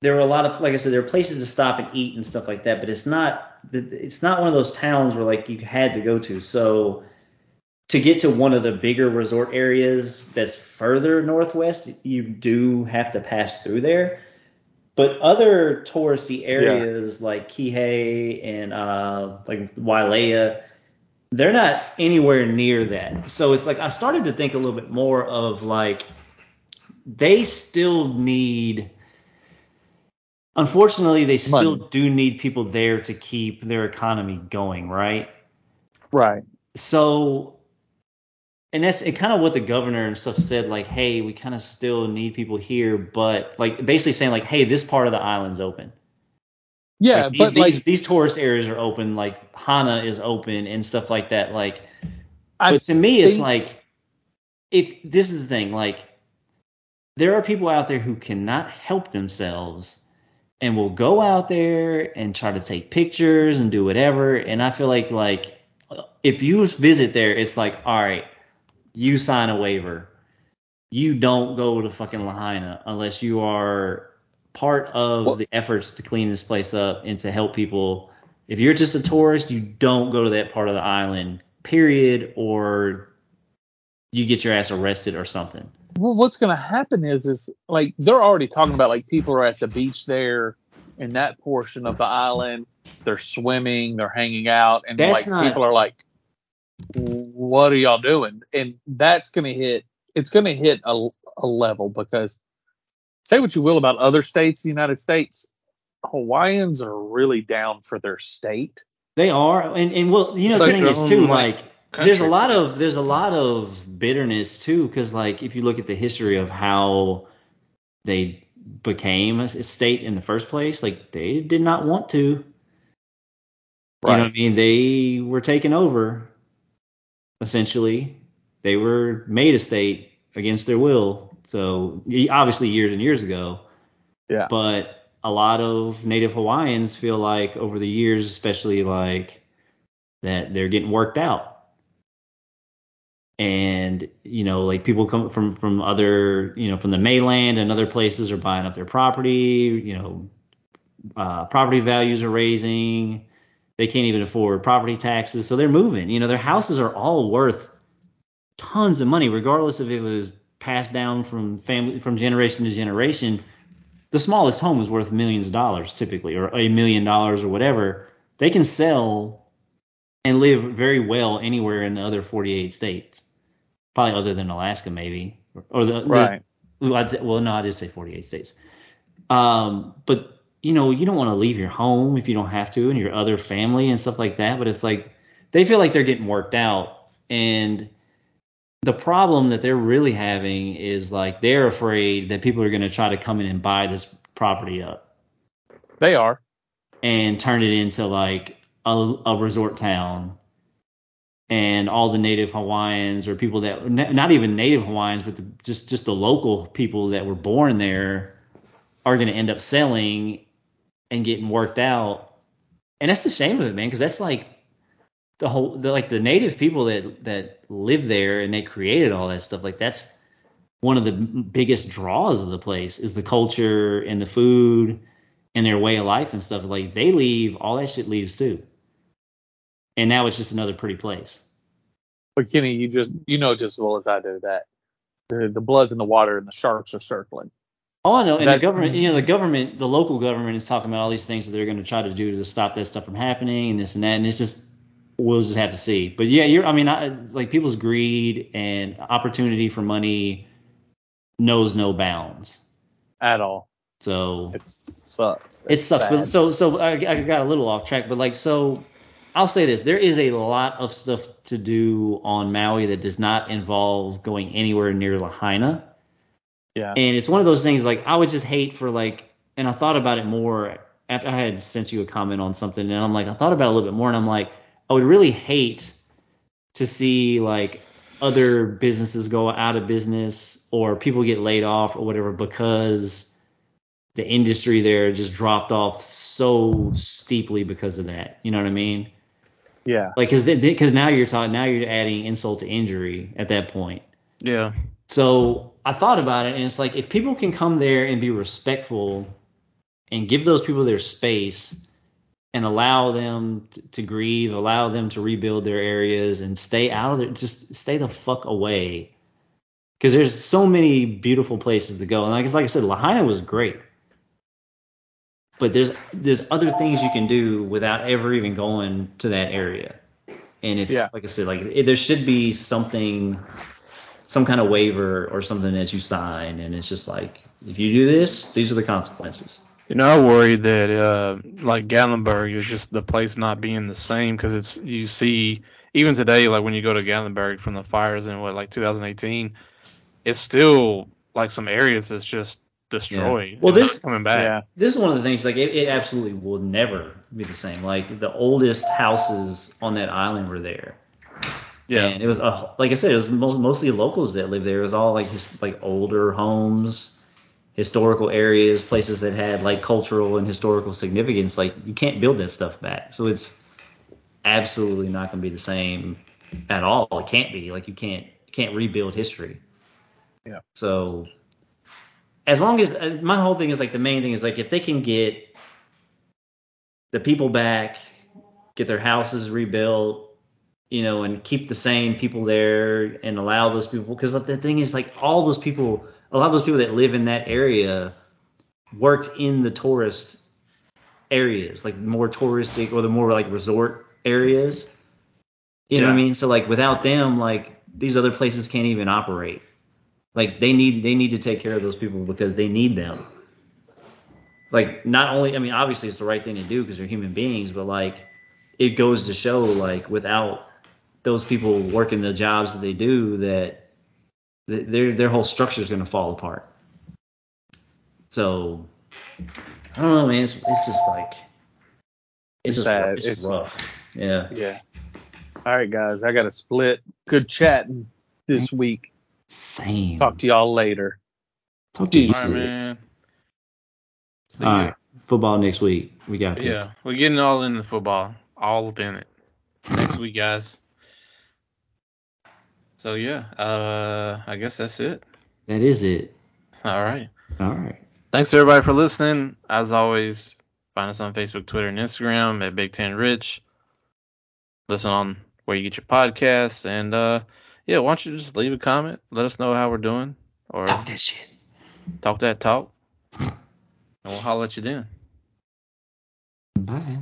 Speaker 1: there were a lot of like I said, there are places to stop and eat and stuff like that, but it's not it's not one of those towns where like you had to go to. So to get to one of the bigger resort areas that's further northwest, you do have to pass through there. But other touristy areas like Kihei and uh, like Wailea, they're not anywhere near that. So it's like I started to think a little bit more of like they still need unfortunately they still
Speaker 3: Money.
Speaker 1: do need people there to keep their economy going right
Speaker 3: Right.
Speaker 1: so and that's it kind of what the governor and stuff said like hey we kind of still need people here but like basically saying like hey this part of the island's open
Speaker 3: Yeah,
Speaker 1: like, these,
Speaker 3: but like
Speaker 1: these, these tourist areas are open like hana is open and stuff like that like
Speaker 3: I
Speaker 1: but to me, it's
Speaker 3: think-
Speaker 1: like if this is the thing, like there are people out there who cannot help themselves and will go out there and try to take pictures and do whatever. And I feel like like if you visit there, it's like all right, you sign a waiver. You don't go to fucking Lahaina unless you are part of
Speaker 3: Well-
Speaker 1: the efforts to clean this place up and to help people if you're just a tourist, you don't go to that part of the island, period, or you get your ass arrested or something.
Speaker 3: well, what's going to happen is is like they're already talking about like people are at the beach there in that portion of the island. They're swimming, they're hanging out, and
Speaker 1: That's
Speaker 3: like
Speaker 1: not-
Speaker 3: people are like, "What are y'all doing?" And that's going to hit. It's going to hit a, a level because say what you will about other states, in the United States, Hawaiians are really down for their state.
Speaker 1: They are, and and well, you know, the
Speaker 2: It's
Speaker 1: thing
Speaker 2: like
Speaker 1: is
Speaker 2: their
Speaker 1: too,
Speaker 2: own,
Speaker 1: like
Speaker 2: like,
Speaker 1: there's a
Speaker 2: country.
Speaker 1: lot of there's a lot of bitterness too, because like if you look at the history of how they became a s- state in the first place, like they did not want to. You know what I mean? They were taken over, essentially. They were made a state against their will. So y- obviously, years and years ago.
Speaker 3: Yeah.
Speaker 1: But a lot of Native Hawaiians feel like over the years, especially like that they're getting worked out. And you know, like people come from from other, you know, from the mainland and other places are buying up their property. You know, uh, property values are raising they can't even afford property taxes so they're moving you know their houses are all worth tons of money regardless if it was passed down from family from generation to generation the smallest home is worth millions of dollars typically or a million dollars or whatever they can sell and live very well anywhere in the other 48 states probably other than alaska maybe or the, the-
Speaker 3: Right.
Speaker 1: well, I, well, no, I did say 48 states. Um, but you know, you don't want to leave your home if you don't have to, and your other family and stuff like that. But it's like they feel like they're getting worked out, and the problem that they're really having is like they're afraid that people are going to try to come in and buy this property up
Speaker 3: They are.
Speaker 1: and turn it into like a, a resort town. And all the native Hawaiians or people that n- not even native Hawaiians, but the, just just the local people that were born there are going to end up selling and getting worked out. And that's the shame of it, man, because that's like the whole the, like the native people that that live there and they created all that stuff. Like that's one of the m- biggest draws of the place is the culture and the food and their way of life and stuff. Like they leave, all that shit leaves too. And now it's just another pretty place.
Speaker 3: But Kenny, you just you know just as well as I do that the the blood's in the water and the sharks are circling.
Speaker 1: Oh, I know. And the
Speaker 3: That-
Speaker 1: government, you know, the government, the local government is talking about all these things that they're going to try to do to stop that stuff from happening and this and that. And it's just, we'll just have to see. But yeah, you're, I mean, I, like people's greed and opportunity for money knows no bounds.
Speaker 3: at all.
Speaker 1: So
Speaker 3: It sucks.
Speaker 1: it sucks. But
Speaker 3: sad.
Speaker 1: so, so I, I got a little off track, but like, so I'll say this: there is a lot of stuff to do on Maui that does not involve going anywhere near Lahaina.
Speaker 3: Yeah.
Speaker 1: And it's one of those things like I would just hate for like, and I thought about it more after I had sent you a comment on something, and I'm like, I thought about it a little bit more, and I'm like, I would really hate to see like other businesses go out of business or people get laid off or whatever because the industry there just dropped off so steeply because of that. You know what I mean?
Speaker 3: Yeah.
Speaker 1: Like, cause, th- cause now you're talking, now you're adding insult to injury at that point.
Speaker 2: Yeah.
Speaker 1: So I thought about it, and it's like if people can come there and be respectful and give those people their space and allow them t- to grieve, allow them to rebuild their areas and stay out of there, just stay the fuck away. Because there's so many beautiful places to go, and like like I said, Lahaina was great, but there's there's other things you can do without ever even going to that area. And if
Speaker 3: Yeah.
Speaker 1: like I said, like it, there should be something some kind of waiver or something that you sign, and it's just like if you do this, these are the consequences.
Speaker 2: You know, I worry that uh, like Gatlinburg is just the place not being the same because it's you see even today like when you go to Gatlinburg from the fires in what like 2018, it's still like some areas that's just destroyed.
Speaker 1: Well,
Speaker 2: and not
Speaker 1: this-
Speaker 2: coming back.
Speaker 3: Yeah.
Speaker 1: This is one of the things like it, it absolutely will never be the same. Like the oldest houses on that island were there,
Speaker 2: Yeah.
Speaker 1: and it was uh, like I said, it was mo- mostly locals that lived there. It was all like just like older homes, historical areas, places that had like cultural and historical significance. Like you can't build that stuff back, so it's absolutely not going to be the same at all. It can't be. Like you can't can't rebuild history.
Speaker 3: Yeah.
Speaker 1: So as long as uh, my whole thing is like the main thing is like if they can get the people back, get their houses rebuilt, you know, and keep the same people there and allow those people because the thing is like all those people, a lot of those people that live in that area worked in the tourist areas, like more touristic or the more like resort areas. You know what I
Speaker 2: Yeah.
Speaker 1: mean? So like without them, like these other places can't even operate. Like they need they need to take care of those people because they need them. Like not only I mean obviously it's the right thing to do because they're human beings, but like it goes to show like without those people working the jobs that they do that th- their their whole structure is going to fall apart. So I don't know, man. It's, it's just like it's,
Speaker 3: It's
Speaker 1: just
Speaker 3: sad.
Speaker 1: it's,
Speaker 3: It's-
Speaker 1: rough. Yeah.
Speaker 3: Yeah. All right, guys. I got to split. Good chatting this week.
Speaker 1: Same.
Speaker 3: Talk to y'all later.
Speaker 1: Talk to you.
Speaker 2: All right, man. See
Speaker 1: All
Speaker 2: ya.
Speaker 1: right. Football next week. We got
Speaker 2: Yeah,
Speaker 1: this.
Speaker 2: we're getting all into football, all up in it next week, guys. So yeah, uh, I guess that's it.
Speaker 1: That is it.
Speaker 2: All right.
Speaker 1: All right.
Speaker 2: Thanks everybody for listening. As always, find us on Facebook, Twitter, and Instagram at Big Ten Rich. Listen on where you get your podcasts, and uh, yeah, why don't you just leave a comment? Let us know how we're doing, or
Speaker 1: Talk that shit.
Speaker 2: talk that talk, and we'll holler at you then.
Speaker 1: Bye.